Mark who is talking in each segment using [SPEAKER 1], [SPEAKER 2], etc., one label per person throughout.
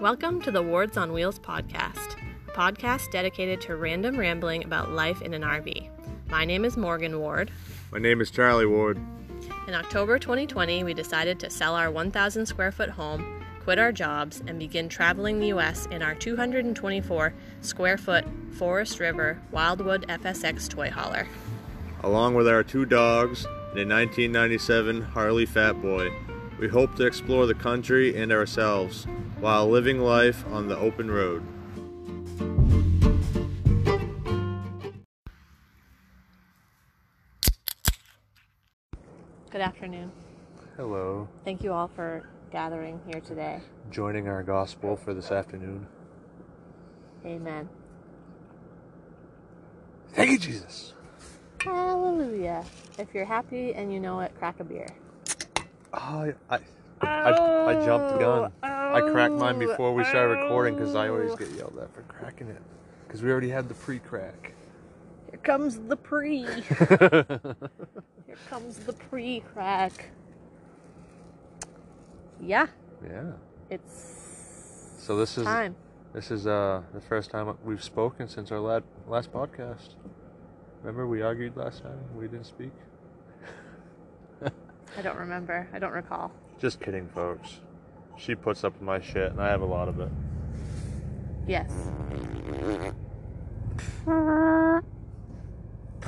[SPEAKER 1] Welcome to the Wards on Wheels podcast, a podcast dedicated to random rambling about life in an RV. My name is Morgan Ward.
[SPEAKER 2] My name is Charlie Ward.
[SPEAKER 1] In October 2020, we decided to sell our 1,000 square foot home, quit our jobs, and begin traveling the U.S. in our 224 square foot Forest River Wildwood FSX toy hauler.
[SPEAKER 2] Along with our two dogs and a 1997 Harley Fat Boy, we hope to explore the country and ourselves while living life on the open road.
[SPEAKER 1] Good afternoon.
[SPEAKER 2] Hello,
[SPEAKER 1] Thank you all for gathering here today.
[SPEAKER 2] joining our gospel for this afternoon.
[SPEAKER 1] Amen.
[SPEAKER 2] Thank you, Jesus.
[SPEAKER 1] Hallelujah. If you're happy and you know it, crack a beer.
[SPEAKER 2] Oh, I, I, I jumped the gun. I cracked mine before we started recording because I always get yelled at for cracking it because we already had the pre-crack.
[SPEAKER 1] Here comes the pre. Here comes the pre crack. Yeah,
[SPEAKER 2] Yeah.
[SPEAKER 1] it's
[SPEAKER 2] So this is
[SPEAKER 1] time.
[SPEAKER 2] This is uh, the first time we've spoken since our lad- last podcast. Remember, we argued last time? We didn't speak?
[SPEAKER 1] I don't remember. I don't recall.
[SPEAKER 2] Just kidding, folks. She puts up with my shit, and I have a lot of it.
[SPEAKER 1] Yes.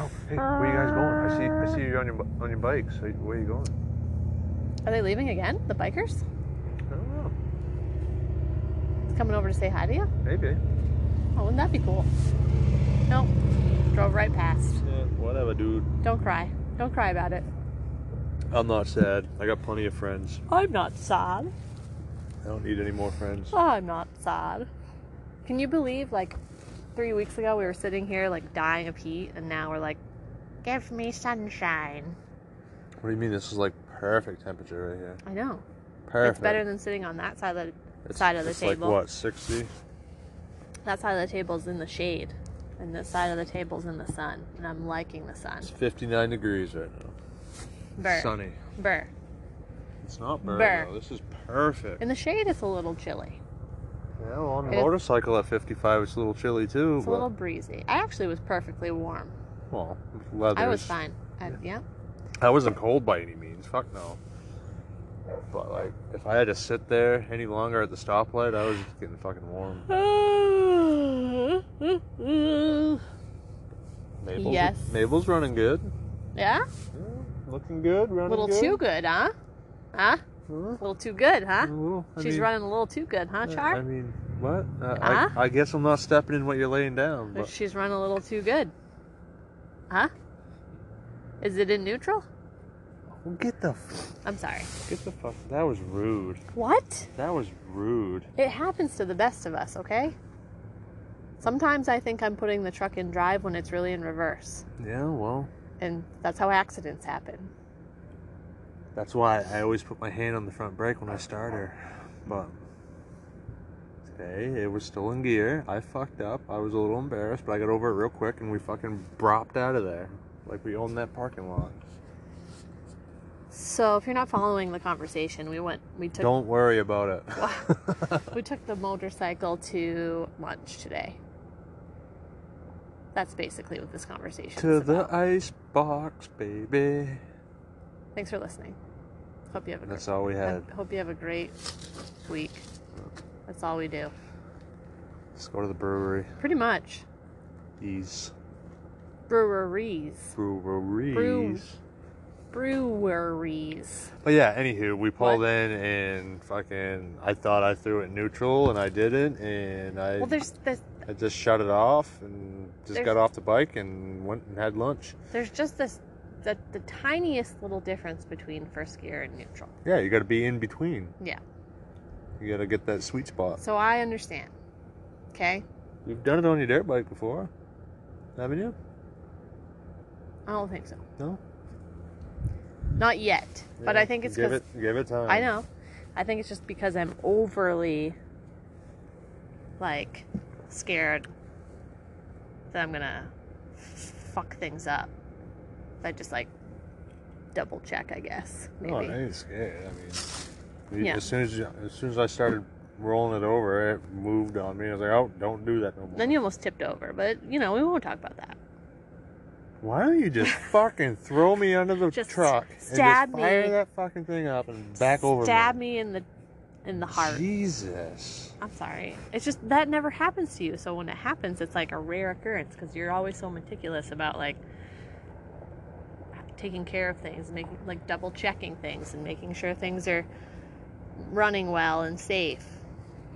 [SPEAKER 2] Oh, hey, where you guys going? I see I see you on your, bu- on your bikes. Hey, Where you going?
[SPEAKER 1] Are they leaving again? The bikers?
[SPEAKER 2] I don't know.
[SPEAKER 1] Coming over to say hi to you?
[SPEAKER 2] Maybe.
[SPEAKER 1] Oh, wouldn't that be cool? Nope. Drove right past.
[SPEAKER 2] Yeah, whatever, dude.
[SPEAKER 1] Don't cry. Don't cry about it.
[SPEAKER 2] I'm not sad. I got plenty of friends.
[SPEAKER 1] I'm not sad.
[SPEAKER 2] I don't need any more friends.
[SPEAKER 1] Oh, I'm not sad. Can you believe, like, three weeks ago we were sitting here, like, dying of heat, and now we're like, give me sunshine.
[SPEAKER 2] What do you mean? This is like perfect temperature right here.
[SPEAKER 1] I know.
[SPEAKER 2] Perfect.
[SPEAKER 1] It's better than sitting on that side of the,
[SPEAKER 2] It's-
[SPEAKER 1] side of the
[SPEAKER 2] it's
[SPEAKER 1] table.
[SPEAKER 2] like what, 60?
[SPEAKER 1] That side of the table's in the shade, and this side of the table's in the sun, and I'm liking the sun.
[SPEAKER 2] It's 59 degrees right now.
[SPEAKER 1] Burr.
[SPEAKER 2] Sunny.
[SPEAKER 1] Burr.
[SPEAKER 2] It's not burn.
[SPEAKER 1] Burr.
[SPEAKER 2] though. This is perfect.
[SPEAKER 1] In the shade, it's a little chilly.
[SPEAKER 2] Yeah, well, on a
[SPEAKER 1] It's-
[SPEAKER 2] motorcycle at 55, it's a little chilly too.
[SPEAKER 1] It's a
[SPEAKER 2] but,
[SPEAKER 1] little breezy. I actually was perfectly warm.
[SPEAKER 2] well, leathers.
[SPEAKER 1] I was fine. I, yeah.
[SPEAKER 2] I wasn't cold by any means. Fuck no. But like, if I had to sit there any longer at the stoplight, I was just getting fucking warm. Mabel's,
[SPEAKER 1] Yes.
[SPEAKER 2] Mabel's running good.
[SPEAKER 1] yeah?
[SPEAKER 2] Yeah, looking good. Running
[SPEAKER 1] A little
[SPEAKER 2] good.
[SPEAKER 1] too good, huh? Huh?
[SPEAKER 2] Huh?
[SPEAKER 1] A little too good, huh?
[SPEAKER 2] A little, I
[SPEAKER 1] She's
[SPEAKER 2] mean,
[SPEAKER 1] running Uh-huh. a little too good, huh,
[SPEAKER 2] uh,
[SPEAKER 1] Char?
[SPEAKER 2] I mean, what? Uh,
[SPEAKER 1] Huh?
[SPEAKER 2] I, I guess I'm not stepping in what you're laying down. But
[SPEAKER 1] She's running a little too good. Huh? Is it in neutral?
[SPEAKER 2] Well, get the f-
[SPEAKER 1] I'm sorry.
[SPEAKER 2] get the fuck. That was rude.
[SPEAKER 1] What?
[SPEAKER 2] That was rude.
[SPEAKER 1] It happens to the best of us, okay? Sometimes I think I'm putting the truck in drive when it's really in reverse.
[SPEAKER 2] Yeah, well,
[SPEAKER 1] And that's how accidents happen.
[SPEAKER 2] That's why I always put my hand on the front brake when I start her. But today it was still in gear. I fucked up. I was a little embarrassed, but I got over it real quick and we fucking bropped out of there. Like we owned that parking lot.
[SPEAKER 1] So if you're not following the conversation, we went we took
[SPEAKER 2] Don't worry about it.
[SPEAKER 1] we took the motorcycle to lunch today. That's basically what this conversation
[SPEAKER 2] to
[SPEAKER 1] is about.
[SPEAKER 2] the ice box, baby.
[SPEAKER 1] Thanks for listening. Hope you have a
[SPEAKER 2] That's all we had.
[SPEAKER 1] I hope you have a great week. That's all we do.
[SPEAKER 2] Let's go to the brewery.
[SPEAKER 1] Pretty much.
[SPEAKER 2] These
[SPEAKER 1] Breweries.
[SPEAKER 2] breweries.
[SPEAKER 1] Breweries.
[SPEAKER 2] But yeah, anywho, we pulled in and fucking I thought I threw it neutral and I didn't and I
[SPEAKER 1] Well, there's this,
[SPEAKER 2] I just shut it off and just
[SPEAKER 1] There's-
[SPEAKER 2] got off the bike and went and had lunch.
[SPEAKER 1] there's just this the, the tiniest little difference between first gear and neutral.
[SPEAKER 2] Yeah, you got to be in between.
[SPEAKER 1] Yeah.
[SPEAKER 2] You got to get that sweet spot.
[SPEAKER 1] So I understand. Okay?
[SPEAKER 2] You've done it on your dirt bike before, haven't you?
[SPEAKER 1] I don't think so.
[SPEAKER 2] No.
[SPEAKER 1] Not yet. but
[SPEAKER 2] Yeah,
[SPEAKER 1] I think it's
[SPEAKER 2] give
[SPEAKER 1] because
[SPEAKER 2] it give it time.
[SPEAKER 1] I know. I think it's just because I'm overly like scared that I'm gonna f- fuck things up. I just like double
[SPEAKER 2] Oh,
[SPEAKER 1] check, I guess. Maybe.
[SPEAKER 2] No, I ain't scared. I mean,
[SPEAKER 1] Yeah.
[SPEAKER 2] as soon as you, as soon as I started rolling it over, it moved on me. I was like, oh, don't do that no more.
[SPEAKER 1] Then you almost tipped over, but you know, we won't talk about that.
[SPEAKER 2] Why don't you just fucking throw me under the
[SPEAKER 1] Just
[SPEAKER 2] truck
[SPEAKER 1] stab
[SPEAKER 2] and just fire
[SPEAKER 1] me.
[SPEAKER 2] that fucking thing up and back over
[SPEAKER 1] Stab
[SPEAKER 2] me?
[SPEAKER 1] me in the in the heart.
[SPEAKER 2] Jesus.
[SPEAKER 1] I'm sorry. It's just that never happens to you. So when it happens, it's like a rare occurrence because you're always so meticulous about like taking care of things, making like double checking things, and making sure things are running well and safe.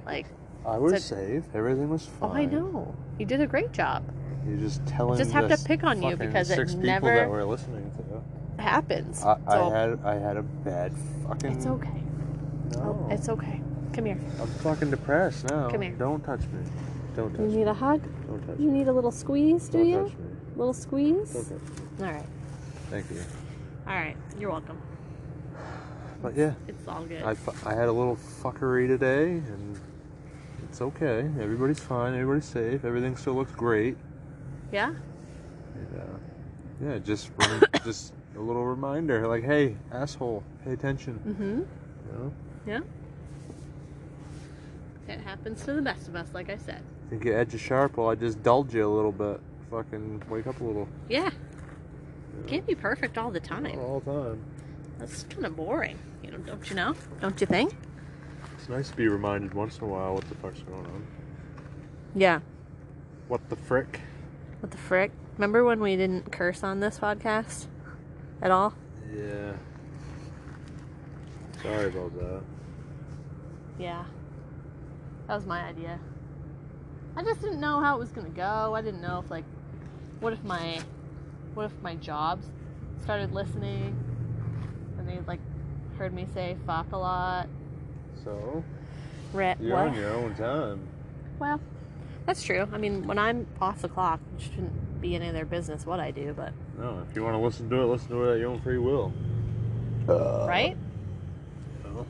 [SPEAKER 1] Like,
[SPEAKER 2] I was
[SPEAKER 1] It's
[SPEAKER 2] safe. Everything was fine.
[SPEAKER 1] oh, I know. You did a great job.
[SPEAKER 2] You're just telling.
[SPEAKER 1] Just have to
[SPEAKER 2] this
[SPEAKER 1] pick on you
[SPEAKER 2] fucking
[SPEAKER 1] because it
[SPEAKER 2] six people
[SPEAKER 1] never-
[SPEAKER 2] that were listening to.
[SPEAKER 1] It happens.
[SPEAKER 2] I,
[SPEAKER 1] So,
[SPEAKER 2] I had I had a bad fucking.
[SPEAKER 1] it's okay. Oh,
[SPEAKER 2] No,
[SPEAKER 1] It's okay. Come here.
[SPEAKER 2] I'm fucking depressed now.
[SPEAKER 1] Come here.
[SPEAKER 2] Don't touch me. Don't touch
[SPEAKER 1] You
[SPEAKER 2] me.
[SPEAKER 1] need a hug?
[SPEAKER 2] Don't touch
[SPEAKER 1] You
[SPEAKER 2] me.
[SPEAKER 1] need a little squeeze, do
[SPEAKER 2] Don't
[SPEAKER 1] you?
[SPEAKER 2] touch me.
[SPEAKER 1] Little
[SPEAKER 2] Don't
[SPEAKER 1] squeeze?
[SPEAKER 2] touch me.
[SPEAKER 1] All right.
[SPEAKER 2] Thank you.
[SPEAKER 1] All right. You're welcome.
[SPEAKER 2] But yeah,
[SPEAKER 1] It's all good.
[SPEAKER 2] I, fu- I had a little fuckery today, and it's okay. Everybody's fine. Everybody's safe. Everything still looks great.
[SPEAKER 1] yeah?
[SPEAKER 2] And, uh, yeah, just rem- just a little reminder, like, hey, asshole, pay attention.
[SPEAKER 1] Mm hmm.
[SPEAKER 2] You know?
[SPEAKER 1] Yeah. It happens to the best of us, like I said.
[SPEAKER 2] Think you edge of sharp? Well, I just dulled you a little bit. Fucking wake up a little.
[SPEAKER 1] Yeah.
[SPEAKER 2] Yeah.
[SPEAKER 1] Can't be perfect all the
[SPEAKER 2] Not
[SPEAKER 1] time.
[SPEAKER 2] all the time.
[SPEAKER 1] That's kind of boring, you know, don't you know? Don't you think?
[SPEAKER 2] It's nice to be reminded once in a while what the fuck's going on.
[SPEAKER 1] Yeah.
[SPEAKER 2] What the frick?
[SPEAKER 1] What the frick? Remember when we didn't curse on this podcast at all?
[SPEAKER 2] Yeah. Sorry about that.
[SPEAKER 1] Yeah. That was my idea. I just didn't know how it was gonna go. I didn't know if like what if my what if my jobs started listening and they like heard me say fuck a lot.
[SPEAKER 2] So
[SPEAKER 1] Rat
[SPEAKER 2] you're
[SPEAKER 1] what?
[SPEAKER 2] on your own time.
[SPEAKER 1] Well, that's true. I mean, when I'm off the clock, it shouldn't be any of their business what I do, but
[SPEAKER 2] No, if you want to listen to it, listen to it at your own free will.
[SPEAKER 1] right?
[SPEAKER 2] Well,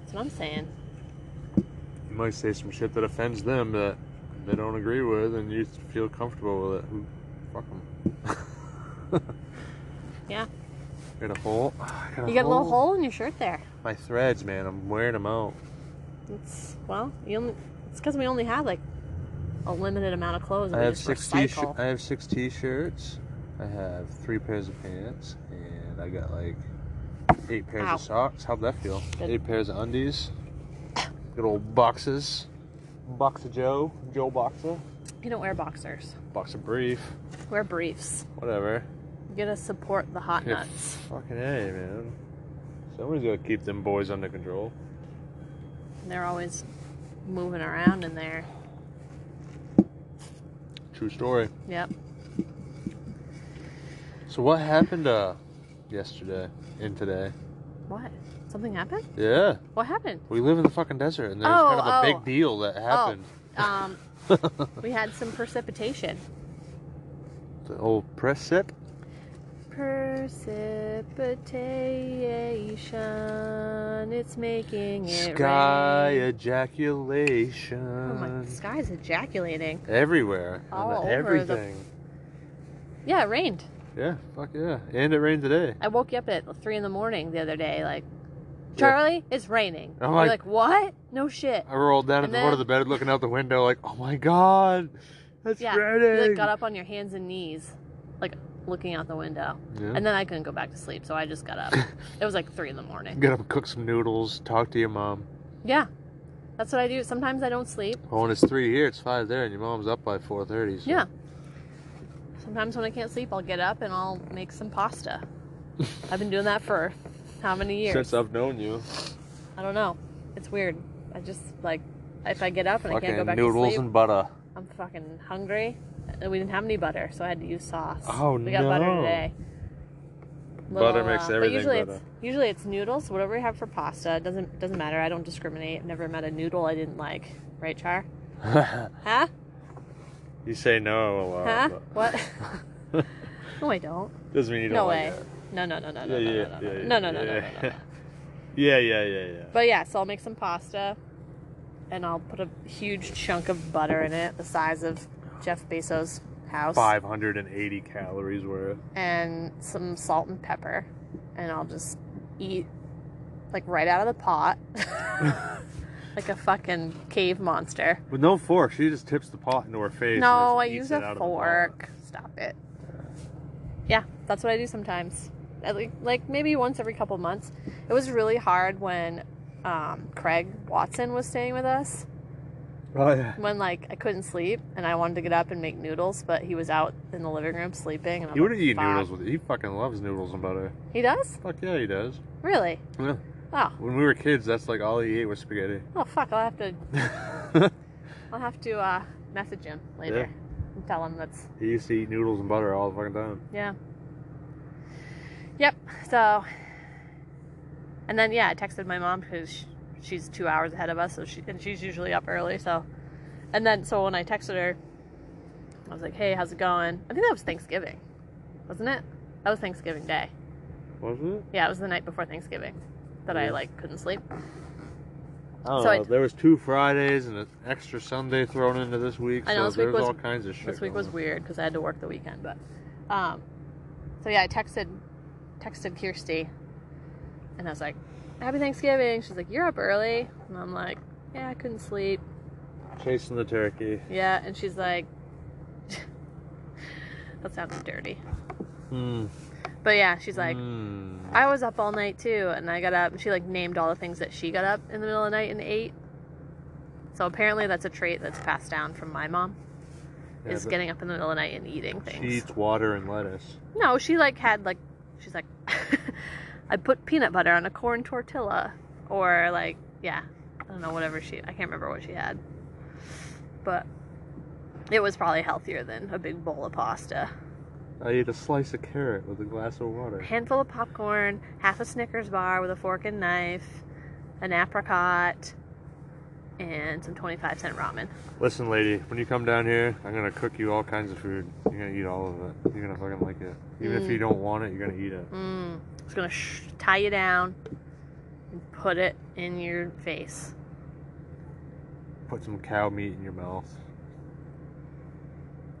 [SPEAKER 1] That's what I'm saying.
[SPEAKER 2] you might say some shit that offends them that they don't agree with, and you feel comfortable with it. Who? Fuck them.
[SPEAKER 1] Yeah.
[SPEAKER 2] Got a hole. I
[SPEAKER 1] You got a little hole in your shirt there.
[SPEAKER 2] My threads, man. I'm wearing them out.
[SPEAKER 1] It's well, you only, it's because we only had like a limited amount of clothes. And
[SPEAKER 2] I
[SPEAKER 1] we
[SPEAKER 2] have
[SPEAKER 1] just
[SPEAKER 2] six t
[SPEAKER 1] recycle.
[SPEAKER 2] I have six t-shirts. I have three pairs of pants, and I got like eight pairs
[SPEAKER 1] Ow.
[SPEAKER 2] of socks. How'd that feel?
[SPEAKER 1] Good.
[SPEAKER 2] Eight pairs of undies. Good old boxes. Boxer Joe, Joe Boxer,
[SPEAKER 1] You don't wear boxers.
[SPEAKER 2] Boxer Brief,
[SPEAKER 1] Wear briefs.
[SPEAKER 2] whatever.
[SPEAKER 1] You gotta support the hot
[SPEAKER 2] Yeah.
[SPEAKER 1] nuts.
[SPEAKER 2] Fucking a man. Somebody's gotta keep them boys under control.
[SPEAKER 1] They're always moving around in there.
[SPEAKER 2] True story.
[SPEAKER 1] Yep.
[SPEAKER 2] So what happened uh yesterday and today?
[SPEAKER 1] What? Something happened?
[SPEAKER 2] Yeah,
[SPEAKER 1] What happened?
[SPEAKER 2] we live in the fucking desert, and there's
[SPEAKER 1] Oh,
[SPEAKER 2] kind of a
[SPEAKER 1] oh.
[SPEAKER 2] big deal that happened.
[SPEAKER 1] Um, we had some precipitation.
[SPEAKER 2] The old precip.
[SPEAKER 1] Precipitation. It's making it
[SPEAKER 2] Sky
[SPEAKER 1] rain. Oh
[SPEAKER 2] ejaculation.
[SPEAKER 1] my, the sky's ejaculating.
[SPEAKER 2] Everywhere.
[SPEAKER 1] All
[SPEAKER 2] on
[SPEAKER 1] over the-
[SPEAKER 2] everything.
[SPEAKER 1] Yeah, it rained.
[SPEAKER 2] Yeah, fuck yeah. And it rained today.
[SPEAKER 1] I woke you up at three in the morning the other day, like, Charlie, it's raining.
[SPEAKER 2] I'm
[SPEAKER 1] You're
[SPEAKER 2] like-
[SPEAKER 1] like, what? No shit.
[SPEAKER 2] I rolled down at
[SPEAKER 1] And
[SPEAKER 2] the front
[SPEAKER 1] then-
[SPEAKER 2] of the bed looking out the window like, oh my god, that's
[SPEAKER 1] yeah,
[SPEAKER 2] raining.
[SPEAKER 1] you like got up on your hands and knees, like looking out the window,
[SPEAKER 2] Yeah.
[SPEAKER 1] and then I couldn't go back to sleep, so I just got up. it was like three in the morning.
[SPEAKER 2] Get up and cook some noodles, talk to your mom.
[SPEAKER 1] Yeah, that's what I do. Sometimes I don't sleep.
[SPEAKER 2] Oh, and it's three here, it's five there, and your mom's up by 4.30. So.
[SPEAKER 1] Yeah. Sometimes when I can't sleep, I'll get up and I'll make some pasta. I've been doing that for how many years?
[SPEAKER 2] Since I've known you.
[SPEAKER 1] I don't know. It's weird. I just like if I get up and I can't go
[SPEAKER 2] Fucking
[SPEAKER 1] back to
[SPEAKER 2] noodles
[SPEAKER 1] sleep,
[SPEAKER 2] and butter.
[SPEAKER 1] I'm fucking hungry. And We didn't have any butter, so I had to use sauce.
[SPEAKER 2] Oh,
[SPEAKER 1] we got butter
[SPEAKER 2] no.
[SPEAKER 1] today. uh,
[SPEAKER 2] Butter makes
[SPEAKER 1] but
[SPEAKER 2] everything
[SPEAKER 1] usually
[SPEAKER 2] better.
[SPEAKER 1] It's, usually it's noodles. Whatever we have for pasta it doesn't doesn't matter. I don't discriminate. I've never met a noodle I didn't like. Right, Char? Huh?
[SPEAKER 2] you say no a lot.
[SPEAKER 1] Huh?
[SPEAKER 2] Uh, but-
[SPEAKER 1] What? no, I don't.
[SPEAKER 2] Doesn't mean you don't
[SPEAKER 1] no
[SPEAKER 2] like
[SPEAKER 1] way.
[SPEAKER 2] it.
[SPEAKER 1] No, no, no, no, no,
[SPEAKER 2] Yeah, yeah,
[SPEAKER 1] no, no,
[SPEAKER 2] yeah, yeah,
[SPEAKER 1] no, no, no, no, no,
[SPEAKER 2] yeah.
[SPEAKER 1] no, no.
[SPEAKER 2] Yeah, yeah, yeah, yeah.
[SPEAKER 1] But yeah, so I'll make some pasta, and I'll put a huge chunk of butter in it, the size of Jeff Bezos' house,
[SPEAKER 2] 580 calories worth.
[SPEAKER 1] and some salt and pepper, and I'll just eat like right out of the pot. like a fucking cave monster.
[SPEAKER 2] With no fork, she just tips the pot into her face. and
[SPEAKER 1] No, I
[SPEAKER 2] just
[SPEAKER 1] use
[SPEAKER 2] eats it out
[SPEAKER 1] a
[SPEAKER 2] of the pot.
[SPEAKER 1] fork. Stop it. Yeah, that's what I do sometimes. At least, like maybe once every couple months. It was really hard when um, Craig Watson was staying with us.
[SPEAKER 2] Oh yeah.
[SPEAKER 1] When like I couldn't sleep and I wanted to get up and make noodles, but he was out in the living room sleeping. And I'm
[SPEAKER 2] He
[SPEAKER 1] like,
[SPEAKER 2] wouldn't eat
[SPEAKER 1] "Fuck."
[SPEAKER 2] noodles with. He fucking loves noodles and butter.
[SPEAKER 1] He does?
[SPEAKER 2] Fuck yeah, he does.
[SPEAKER 1] Really?
[SPEAKER 2] Yeah.
[SPEAKER 1] Oh,
[SPEAKER 2] When we were kids, that's like all he ate was spaghetti.
[SPEAKER 1] oh fuck! I'll have to
[SPEAKER 2] he
[SPEAKER 1] I'll have to uh, message him later and tell him that's
[SPEAKER 2] used to eat noodles and butter all the fucking time.
[SPEAKER 1] Yeah. Yep. So, and then yeah, I texted my mom because she's two hours ahead of us, so she and she's usually up early. So, and then so when I texted her, I was like, "Hey, how's it going?" I think that was Thanksgiving, wasn't it? That was Thanksgiving Day.
[SPEAKER 2] Was it?
[SPEAKER 1] Yeah, it was the night before Thanksgiving that I
[SPEAKER 2] Yeah.
[SPEAKER 1] like couldn't sleep.
[SPEAKER 2] I don't
[SPEAKER 1] So I
[SPEAKER 2] know.
[SPEAKER 1] t-
[SPEAKER 2] there was two Fridays and an extra Sunday thrown into this week.
[SPEAKER 1] I know,
[SPEAKER 2] so
[SPEAKER 1] this week
[SPEAKER 2] there's
[SPEAKER 1] was-
[SPEAKER 2] all kinds of shit.
[SPEAKER 1] This week
[SPEAKER 2] going
[SPEAKER 1] was
[SPEAKER 2] on.
[SPEAKER 1] weird because I had to work the weekend, but um, so yeah, I texted texted Kirsty, and I was like, "Happy Thanksgiving." She's like, "You're up early," and I'm like, "Yeah, I couldn't sleep."
[SPEAKER 2] Chasing the turkey.
[SPEAKER 1] Yeah, and she's like, "That sounds dirty,"
[SPEAKER 2] Mm.
[SPEAKER 1] but yeah, she's Hmm. like,
[SPEAKER 2] Mm.
[SPEAKER 1] "I was up all night too," and I got up, and she like named all the things that she got up in the middle of the night and ate. So apparently, that's a trait that's passed down from my mom.
[SPEAKER 2] Yeah,
[SPEAKER 1] is
[SPEAKER 2] but
[SPEAKER 1] getting up in the middle of the night and eating
[SPEAKER 2] She
[SPEAKER 1] things.
[SPEAKER 2] eats water and lettuce.
[SPEAKER 1] No, she like had like she's like I put peanut butter on a corn tortilla or like yeah, I don't know whatever she I can't remember what she had. But it was probably healthier than a big bowl of pasta.
[SPEAKER 2] I eat a slice of carrot with a glass of water.
[SPEAKER 1] handful of popcorn, half a Snickers bar with a fork and knife, an apricot, and some 25 cent ramen.
[SPEAKER 2] Listen, lady, when you come down here, I'm gonna cook you all kinds of food. You're gonna eat all of it. You're gonna fucking like it. Even if
[SPEAKER 1] Mm.
[SPEAKER 2] you don't want it, you're gonna eat it.
[SPEAKER 1] Mm. It's gonna sh- tie you down and put it in your face.
[SPEAKER 2] Put some cow meat in your mouth.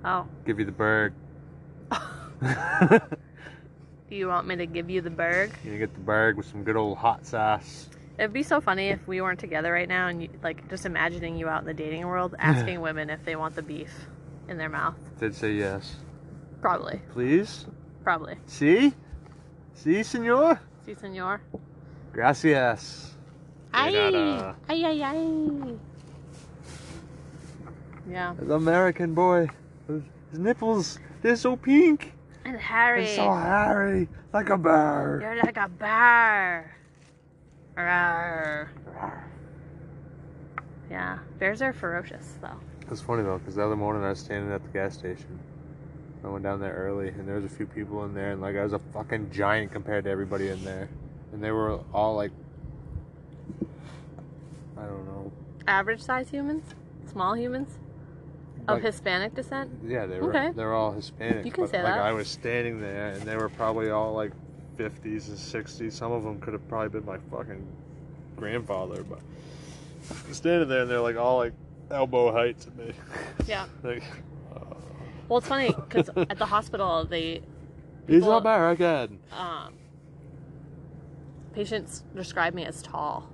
[SPEAKER 1] Oh.
[SPEAKER 2] Give you the bird.
[SPEAKER 1] Do you want me to give you the berg?
[SPEAKER 2] You get the burger with some good old hot sauce.
[SPEAKER 1] It'd be so funny if we weren't together right now and you, like just imagining you out in the dating world asking women if they want the beef in their mouth.
[SPEAKER 2] Did say yes.
[SPEAKER 1] Probably,
[SPEAKER 2] Please?
[SPEAKER 1] probably.
[SPEAKER 2] See? See, senor?
[SPEAKER 1] Si, senor.
[SPEAKER 2] Gracias.
[SPEAKER 1] Ay,
[SPEAKER 2] You're not, uh,
[SPEAKER 1] ay, ay, ay. Yeah,
[SPEAKER 2] The American boy. His his nipples, they're so pink.
[SPEAKER 1] and Harry,
[SPEAKER 2] And so hairy. Like a bear.
[SPEAKER 1] you're like a bear. Rawr. Yeah, bears are ferocious though.
[SPEAKER 2] It's funny though, because the other morning I was standing at the gas station. I went down there early, and there was a few people in there, and like I was a fucking giant compared to everybody in there, and they were all like, I don't know.
[SPEAKER 1] Average size humans, small humans of
[SPEAKER 2] like-
[SPEAKER 1] Hispanic descent.
[SPEAKER 2] Yeah, they were.
[SPEAKER 1] Okay.
[SPEAKER 2] They were all Hispanic.
[SPEAKER 1] You can
[SPEAKER 2] but,
[SPEAKER 1] say
[SPEAKER 2] like,
[SPEAKER 1] that.
[SPEAKER 2] I was standing there, and they were probably all like 50s and 60s. Some of them could have probably been my fucking grandfather, but I'm standing there, and they're like all like elbow height to me.
[SPEAKER 1] Yeah.
[SPEAKER 2] like,
[SPEAKER 1] Well, it's funny because at the hospital, they
[SPEAKER 2] he's
[SPEAKER 1] People-
[SPEAKER 2] American.
[SPEAKER 1] um, patients describe me as tall,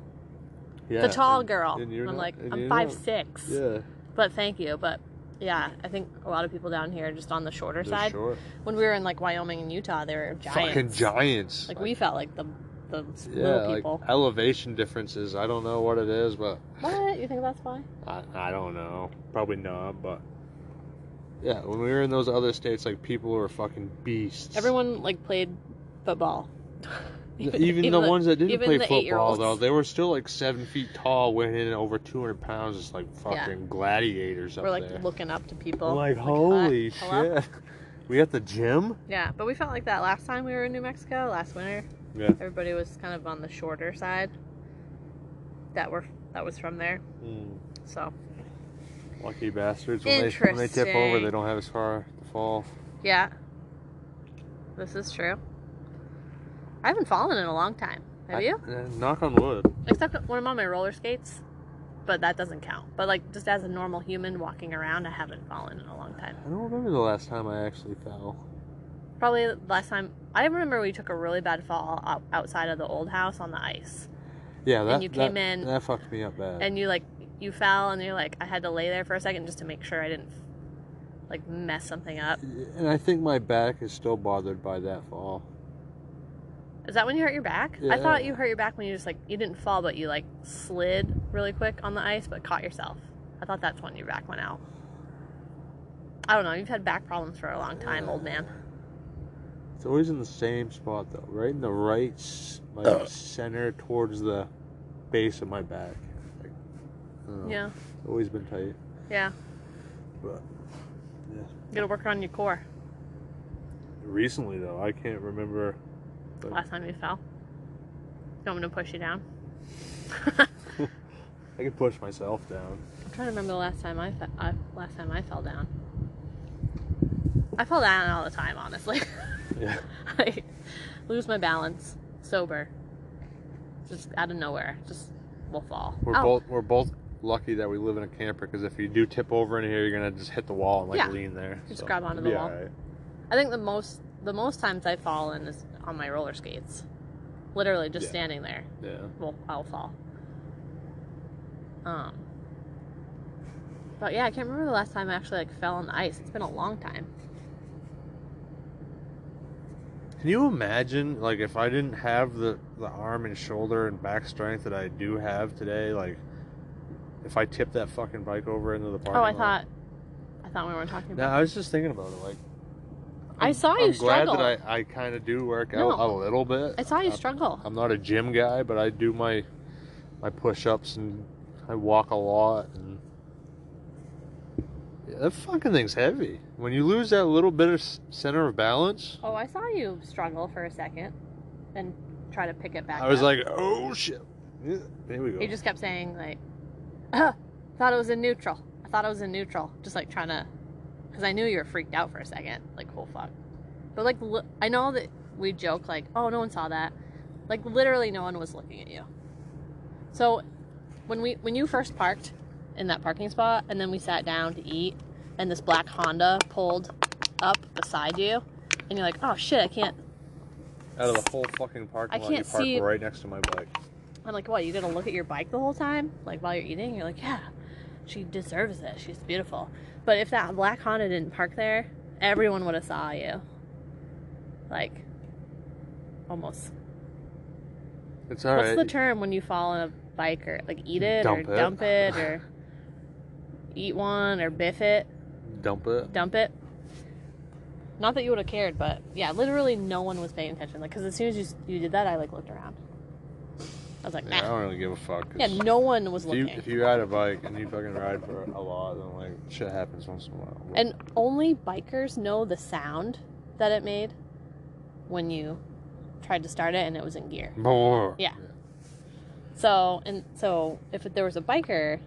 [SPEAKER 2] Yeah.
[SPEAKER 1] the tall
[SPEAKER 2] and-
[SPEAKER 1] girl.
[SPEAKER 2] and you're
[SPEAKER 1] I'm
[SPEAKER 2] not-
[SPEAKER 1] like,
[SPEAKER 2] and
[SPEAKER 1] I'm
[SPEAKER 2] you're
[SPEAKER 1] five
[SPEAKER 2] not.
[SPEAKER 1] six.
[SPEAKER 2] Yeah.
[SPEAKER 1] But thank you. But yeah, I think a lot of people down here are just on the shorter
[SPEAKER 2] they're
[SPEAKER 1] side.
[SPEAKER 2] short.
[SPEAKER 1] When we were in like Wyoming and Utah, they were giants.
[SPEAKER 2] Fucking giants.
[SPEAKER 1] Like we felt like the the
[SPEAKER 2] yeah,
[SPEAKER 1] little
[SPEAKER 2] like,
[SPEAKER 1] people.
[SPEAKER 2] elevation differences. I don't know what it is, but
[SPEAKER 1] What you think that's why?
[SPEAKER 2] I, I don't know. Probably not, but yeah, when we were in those other states, like people were fucking beasts.
[SPEAKER 1] Everyone like played football.
[SPEAKER 2] even, the, ones that didn't
[SPEAKER 1] even
[SPEAKER 2] play
[SPEAKER 1] the
[SPEAKER 2] football
[SPEAKER 1] eight-year-olds.
[SPEAKER 2] though, they were still like seven feet tall, weighing in over two hundred pounds, just like fucking
[SPEAKER 1] Yeah.
[SPEAKER 2] gladiators up
[SPEAKER 1] were like
[SPEAKER 2] there.
[SPEAKER 1] looking up to people.
[SPEAKER 2] I'm like
[SPEAKER 1] "Hi,
[SPEAKER 2] holy
[SPEAKER 1] hello?"
[SPEAKER 2] shit, we at the gym?
[SPEAKER 1] Yeah, but we felt like that last time we were in New Mexico last winter.
[SPEAKER 2] Yeah.
[SPEAKER 1] Everybody was kind of on the shorter side. That were that was from there.
[SPEAKER 2] Mm,
[SPEAKER 1] So
[SPEAKER 2] lucky bastards. When they, when they tip over,
[SPEAKER 1] Interesting.
[SPEAKER 2] they don't have as far to fall.
[SPEAKER 1] yeah, this is true. I haven't fallen in a long time. Have
[SPEAKER 2] I-
[SPEAKER 1] you?
[SPEAKER 2] eh, knock on wood.
[SPEAKER 1] Except when I'm on my roller skates, but that doesn't count. But like just as a normal human walking around, I haven't fallen in a long time.
[SPEAKER 2] I don't remember the last time I actually fell.
[SPEAKER 1] Probably the last time I remember we took a really bad fall out- outside of the old house on the ice.
[SPEAKER 2] Yeah, that
[SPEAKER 1] you
[SPEAKER 2] that-
[SPEAKER 1] came in-
[SPEAKER 2] that fucked me up bad.
[SPEAKER 1] and you like you fell and you're like I had to lay there for a second just to make sure I didn't like mess something up.
[SPEAKER 2] and I think my back is still bothered by that fall.
[SPEAKER 1] Is that when you hurt your back? I thought
[SPEAKER 2] Yeah.
[SPEAKER 1] you hurt your back when you just like you didn't fall but you like slid really quick on the ice but caught yourself. I thought that's when your back went out. I don't know. You've had back problems for a long time, old man.
[SPEAKER 2] It's always in the same spot though, right in the right, s- like center towards the base of my back. Like, I don't know.
[SPEAKER 1] Yeah,
[SPEAKER 2] It's always been tight.
[SPEAKER 1] yeah.
[SPEAKER 2] But
[SPEAKER 1] You gotta work on your core.
[SPEAKER 2] recently though, I can't remember.
[SPEAKER 1] Last time you fell. You want me to push you down?
[SPEAKER 2] I can push myself down.
[SPEAKER 1] I'm trying to remember the last time I, fe- I last time I fell down. I fall down all the time, honestly.
[SPEAKER 2] Yeah.
[SPEAKER 1] I lose my balance, sober, just out of nowhere, just will fall.
[SPEAKER 2] We're
[SPEAKER 1] Oh,
[SPEAKER 2] both we're both lucky that we live in a camper because if you do tip over in here, you're gonna just hit the wall and like
[SPEAKER 1] Yeah.
[SPEAKER 2] lean there.
[SPEAKER 1] Just grab onto the
[SPEAKER 2] yeah,
[SPEAKER 1] wall. I think the most the most times I've fallen is on my roller skates. Literally just
[SPEAKER 2] Yeah.
[SPEAKER 1] standing there,
[SPEAKER 2] Yeah.
[SPEAKER 1] well, I'll fall. Um. But yeah, I can't remember the last time I actually like fell on the ice. It's been a long time.
[SPEAKER 2] Can you imagine, like, if I didn't have the, the arm and shoulder and back strength that I do have today, like, if I tipped that fucking bike over into the parking
[SPEAKER 1] Oh, I
[SPEAKER 2] lot?
[SPEAKER 1] thought, I thought we weren't talking
[SPEAKER 2] No,
[SPEAKER 1] about.
[SPEAKER 2] I was just thinking about it. Like,
[SPEAKER 1] I saw you
[SPEAKER 2] I'm glad
[SPEAKER 1] struggle.
[SPEAKER 2] that I, I kind of do work
[SPEAKER 1] No.
[SPEAKER 2] out a little bit.
[SPEAKER 1] I saw you
[SPEAKER 2] I'm-
[SPEAKER 1] struggle.
[SPEAKER 2] I'm not a gym guy, but I do my my push ups and I walk a lot. And yeah, that fucking thing's heavy. When you lose that little bit of s- center of balance,
[SPEAKER 1] Oh, I saw you struggle for a second, and try to pick it back.
[SPEAKER 2] I was
[SPEAKER 1] up.
[SPEAKER 2] like, oh shit. Yeah, there we go.
[SPEAKER 1] you just kept saying like, "Ugh, thought it was in neutral. I thought it was in neutral. Just like trying to, because I knew you were freaked out for a second. Like, oh fuck. But like, li- I know that we joke like, oh, no one saw that. Like, literally, no one was looking at you. So, when we when you first parked in that parking spot, and then we sat down to eat, and this black Honda pulled up beside you, and you're like, oh shit, I can't
[SPEAKER 2] out of the whole fucking parking
[SPEAKER 1] I
[SPEAKER 2] lot. You
[SPEAKER 1] can't
[SPEAKER 2] park
[SPEAKER 1] see-
[SPEAKER 2] right next to my bike.
[SPEAKER 1] I'm like, what? You gonna look at your bike the whole time, like while you're eating? You're like, yeah, she deserves it. She's beautiful. But if that black Honda didn't park there, everyone would have saw you. Like, almost.
[SPEAKER 2] It's all
[SPEAKER 1] What's
[SPEAKER 2] right.
[SPEAKER 1] the term when you fall on a bike or like eat it
[SPEAKER 2] Dump
[SPEAKER 1] or
[SPEAKER 2] it.
[SPEAKER 1] dump it or eat one or biff it,
[SPEAKER 2] Dump it.
[SPEAKER 1] dump it? Not that you would have cared, but yeah, literally no one was paying attention. Like, because as soon as you you did that, I like looked around. I was like,
[SPEAKER 2] Yeah, I
[SPEAKER 1] nah.
[SPEAKER 2] don't really give a fuck. 'cause
[SPEAKER 1] yeah, no one was
[SPEAKER 2] if you
[SPEAKER 1] looking.
[SPEAKER 2] if you ride a bike and you fucking ride for a lot, then like shit happens once in a while.
[SPEAKER 1] And only bikers know the sound that it made when you tried to start it and it was in gear.
[SPEAKER 2] Brr.
[SPEAKER 1] Yeah. So and so if there was a biker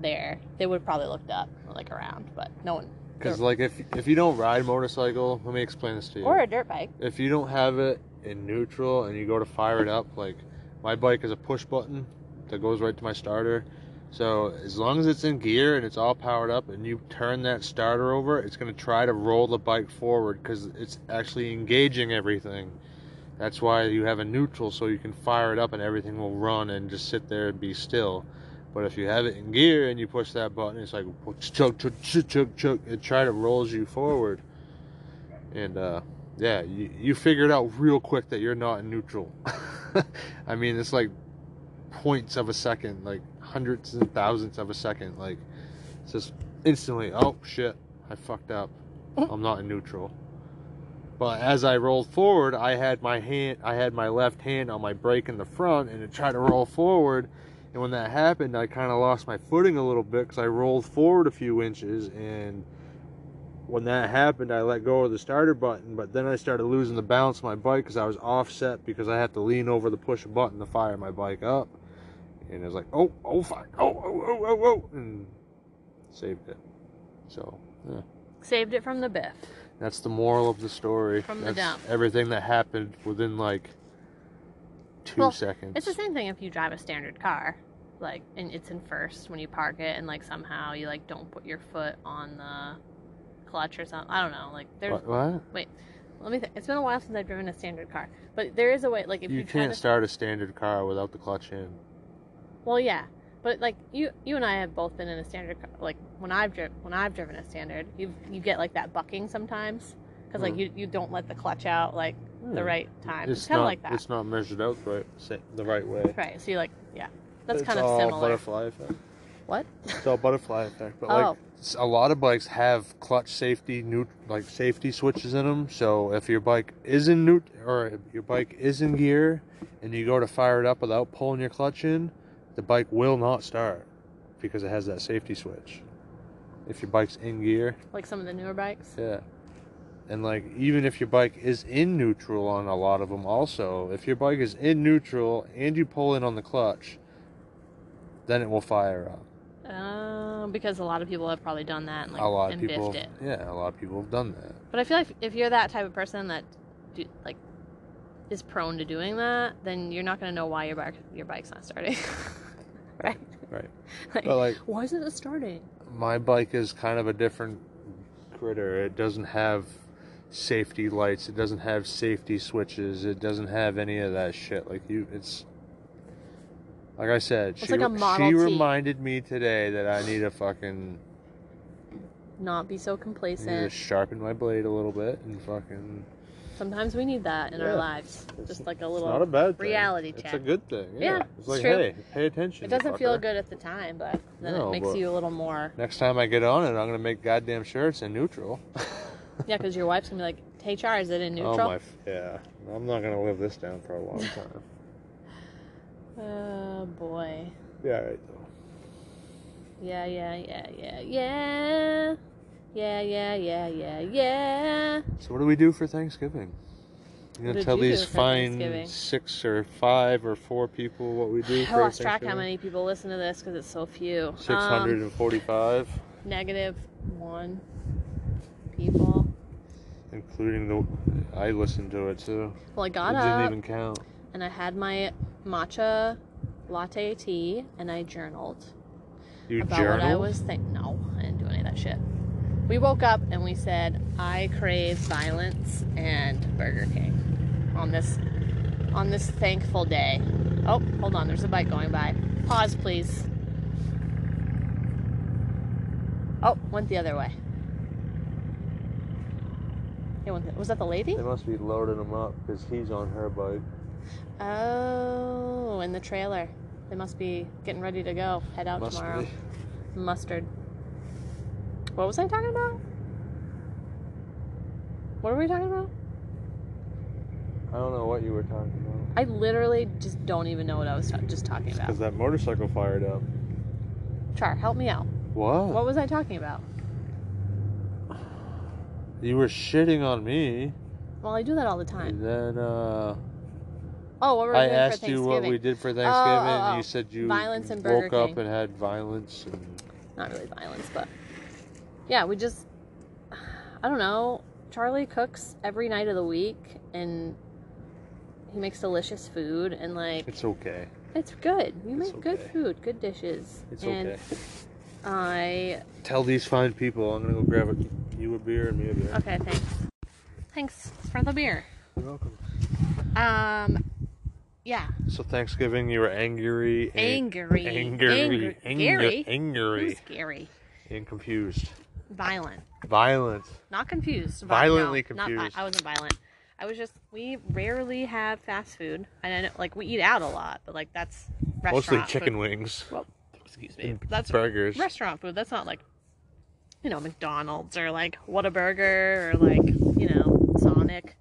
[SPEAKER 1] there, they would probably looked up like around, but no one
[SPEAKER 2] Because like if if you don't ride motorcycle, let me explain this to you.
[SPEAKER 1] or a dirt bike.
[SPEAKER 2] if you don't have it in neutral and you go to fire it up, like my bike is a push button that goes right to my starter. So as long as it's in gear and it's all powered up, and you turn that starter over, it's gonna try to roll the bike forward because it's actually engaging everything. That's why you have a neutral so you can fire it up and everything will run and just sit there and be still. But if you have it in gear and you push that button, it's like chug chug chug chug chug. It try to rolls you forward. And uh, yeah, you, you figured out real quick that you're not in neutral. I mean, it's like points of a second, like hundreds and thousandths of a second. Like, it's just instantly, oh shit, I fucked up. I'm not in neutral. But as I rolled forward, I had my hand, I had my left hand on my brake in the front, and it tried to roll forward. And when that happened, I kind of lost my footing a little bit because I rolled forward a few inches and when that happened, I let go of the starter button, but then I started losing the balance of my bike because I was offset because I had to lean over the push button to fire my bike up. And it was like, oh, oh, fuck, oh, oh, oh, oh, oh, and saved it. So
[SPEAKER 1] Saved it from the biff.
[SPEAKER 2] that's the moral of the story.
[SPEAKER 1] From the
[SPEAKER 2] that's
[SPEAKER 1] dump.
[SPEAKER 2] Everything that happened within like two
[SPEAKER 1] Well,
[SPEAKER 2] seconds.
[SPEAKER 1] It's the same thing if you drive a standard car. Like and it's in first when you park it and like somehow you like don't put your foot on the clutch or something. I don't know. Like there's
[SPEAKER 2] What? what?
[SPEAKER 1] let me think. It's been a while since I've driven a standard car. But there is a way like if
[SPEAKER 2] You
[SPEAKER 1] try
[SPEAKER 2] can't
[SPEAKER 1] to
[SPEAKER 2] start a standard car without the clutch in.
[SPEAKER 1] Well, yeah, but like you, you and I have both been in a standard. car- Like when I've dri- when I've driven a standard, you you get like that bucking sometimes because like
[SPEAKER 2] Hmm.
[SPEAKER 1] you you don't let the clutch out like the
[SPEAKER 2] Hmm.
[SPEAKER 1] right time. It's,
[SPEAKER 2] It's
[SPEAKER 1] kind
[SPEAKER 2] not
[SPEAKER 1] of like that,
[SPEAKER 2] It's not measured out the right sa- the right way.
[SPEAKER 1] right? So you like yeah, that's
[SPEAKER 2] It's
[SPEAKER 1] kind of
[SPEAKER 2] all
[SPEAKER 1] similar.
[SPEAKER 2] butterfly effect.
[SPEAKER 1] what?
[SPEAKER 2] It's all butterfly effect, but
[SPEAKER 1] Oh.
[SPEAKER 2] like s- a lot of bikes have clutch safety, neut- like safety switches in them. So if your bike is in neut- or if your bike is in gear, and you go to fire it up without pulling your clutch in, the bike will not start because it has that safety switch. If your bike's in gear,
[SPEAKER 1] Like some of the newer bikes.
[SPEAKER 2] yeah. And like even if your bike is in neutral on a lot of them also, if your bike is in neutral and you pull in on the clutch, then it will fire up.
[SPEAKER 1] Um, because a lot of people have probably done that and like
[SPEAKER 2] a lot of
[SPEAKER 1] and
[SPEAKER 2] people
[SPEAKER 1] biffed it.
[SPEAKER 2] yeah a lot of people have done that
[SPEAKER 1] But I feel like if you're that type of person that do, like is prone to doing that, then you're not gonna know why your bike your bike's not starting. right?
[SPEAKER 2] Right.
[SPEAKER 1] Like,
[SPEAKER 2] but like
[SPEAKER 1] why isn't it starting?
[SPEAKER 2] my bike is kind of a different critter it doesn't have safety lights it doesn't have safety switches it doesn't have any of that shit like you it's like i said
[SPEAKER 1] It's
[SPEAKER 2] she,
[SPEAKER 1] like a Model
[SPEAKER 2] she
[SPEAKER 1] T.
[SPEAKER 2] reminded me today that i need to fucking
[SPEAKER 1] Not be so
[SPEAKER 2] I need to
[SPEAKER 1] complacent.
[SPEAKER 2] sharpen my blade a little bit and fucking
[SPEAKER 1] Sometimes we need that in
[SPEAKER 2] Yeah.
[SPEAKER 1] our lives. Just like a little.
[SPEAKER 2] it's not a bad thing.
[SPEAKER 1] reality
[SPEAKER 2] it's
[SPEAKER 1] check.
[SPEAKER 2] a good thing
[SPEAKER 1] Yeah,
[SPEAKER 2] yeah,
[SPEAKER 1] it's
[SPEAKER 2] it's like
[SPEAKER 1] true.
[SPEAKER 2] hey pay attention
[SPEAKER 1] it doesn't feel
[SPEAKER 2] fucker.
[SPEAKER 1] good at the time, but then it
[SPEAKER 2] No,
[SPEAKER 1] makes
[SPEAKER 2] but-
[SPEAKER 1] you a little more.
[SPEAKER 2] next time i get on it i'm gonna make goddamn sure it's in neutral
[SPEAKER 1] Yeah, because your wife's gonna be like, "Hey, Char, is it in neutral?"
[SPEAKER 2] Oh my, f- yeah. I'm not gonna live this down for a long time.
[SPEAKER 1] oh boy.
[SPEAKER 2] yeah, right though.
[SPEAKER 1] Yeah, yeah, yeah, yeah, yeah. Yeah, yeah, yeah, yeah, yeah.
[SPEAKER 2] So what do we do for Thanksgiving? You
[SPEAKER 1] What
[SPEAKER 2] gonna
[SPEAKER 1] did
[SPEAKER 2] tell
[SPEAKER 1] you do
[SPEAKER 2] these
[SPEAKER 1] for
[SPEAKER 2] fine
[SPEAKER 1] Thanksgiving?
[SPEAKER 2] six or five or four people what we do
[SPEAKER 1] I
[SPEAKER 2] for
[SPEAKER 1] lost track
[SPEAKER 2] Thanksgiving?
[SPEAKER 1] how many people listen to this because it's so few. Um,
[SPEAKER 2] Six hundred and forty-five,
[SPEAKER 1] negative one people.
[SPEAKER 2] including the. I listened to it too.
[SPEAKER 1] Well, I
[SPEAKER 2] It
[SPEAKER 1] got
[SPEAKER 2] didn't
[SPEAKER 1] up
[SPEAKER 2] even count.
[SPEAKER 1] and I had my matcha latte tea and I journaled
[SPEAKER 2] You
[SPEAKER 1] about
[SPEAKER 2] journal.
[SPEAKER 1] what I was thinking. No, I didn't do any of that shit. We woke up and we said, "I crave violence and Burger King on this on this thankful day." Oh, hold on, there's a bike going by. Pause, please. Oh, went the other way. It went the- was that the lady?
[SPEAKER 2] They must be loading him up because he's on her bike.
[SPEAKER 1] Oh, in the trailer. They must be getting ready to go. Head out
[SPEAKER 2] Must
[SPEAKER 1] tomorrow.
[SPEAKER 2] be.
[SPEAKER 1] Mustard. What was I talking about? What were we talking about?
[SPEAKER 2] I don't know what you were talking about.
[SPEAKER 1] I literally just don't even know what I was ta- just talking about.
[SPEAKER 2] Because that motorcycle fired up.
[SPEAKER 1] Char, help me out.
[SPEAKER 2] What?
[SPEAKER 1] What was I talking about?
[SPEAKER 2] You were shitting on me.
[SPEAKER 1] Well, I do that all the time.
[SPEAKER 2] And then, uh.
[SPEAKER 1] Oh, what were we
[SPEAKER 2] I
[SPEAKER 1] doing for
[SPEAKER 2] asked you
[SPEAKER 1] Thanksgiving?
[SPEAKER 2] what we did for Thanksgiving,
[SPEAKER 1] oh.
[SPEAKER 2] and you said you
[SPEAKER 1] Violence and
[SPEAKER 2] woke
[SPEAKER 1] Burger
[SPEAKER 2] up
[SPEAKER 1] King.
[SPEAKER 2] and had violence. And
[SPEAKER 1] Not really violence, but yeah, we just I don't know. Charlie cooks every night of the week, and he makes delicious food, and like
[SPEAKER 2] it's okay.
[SPEAKER 1] It's good. You
[SPEAKER 2] It's
[SPEAKER 1] make good
[SPEAKER 2] okay.
[SPEAKER 1] food, good dishes.
[SPEAKER 2] It's
[SPEAKER 1] and
[SPEAKER 2] okay.
[SPEAKER 1] I
[SPEAKER 2] Tell these fine people I'm gonna go grab a, you a beer and me a beer.
[SPEAKER 1] okay, thanks. Thanks for the beer.
[SPEAKER 2] You're welcome.
[SPEAKER 1] Um yeah.
[SPEAKER 2] So Thanksgiving, you were angry, ang-
[SPEAKER 1] Angry.
[SPEAKER 2] angry,
[SPEAKER 1] Angry. Gary.
[SPEAKER 2] ang- angry,
[SPEAKER 1] Who's Gary?
[SPEAKER 2] and confused,
[SPEAKER 1] Violent.
[SPEAKER 2] violent.
[SPEAKER 1] Not confused. Vi-
[SPEAKER 2] Violently
[SPEAKER 1] no, not vi-
[SPEAKER 2] confused.
[SPEAKER 1] I wasn't violent. I was just we rarely have fast food. And I know like we eat out a lot, but like that's restaurant
[SPEAKER 2] Mostly chicken
[SPEAKER 1] food.
[SPEAKER 2] wings,
[SPEAKER 1] Well, excuse me.
[SPEAKER 2] and
[SPEAKER 1] That's
[SPEAKER 2] burgers.
[SPEAKER 1] restaurant food. That's not like, you know, McDonald's or like Whataburger or like, you know, Sonic.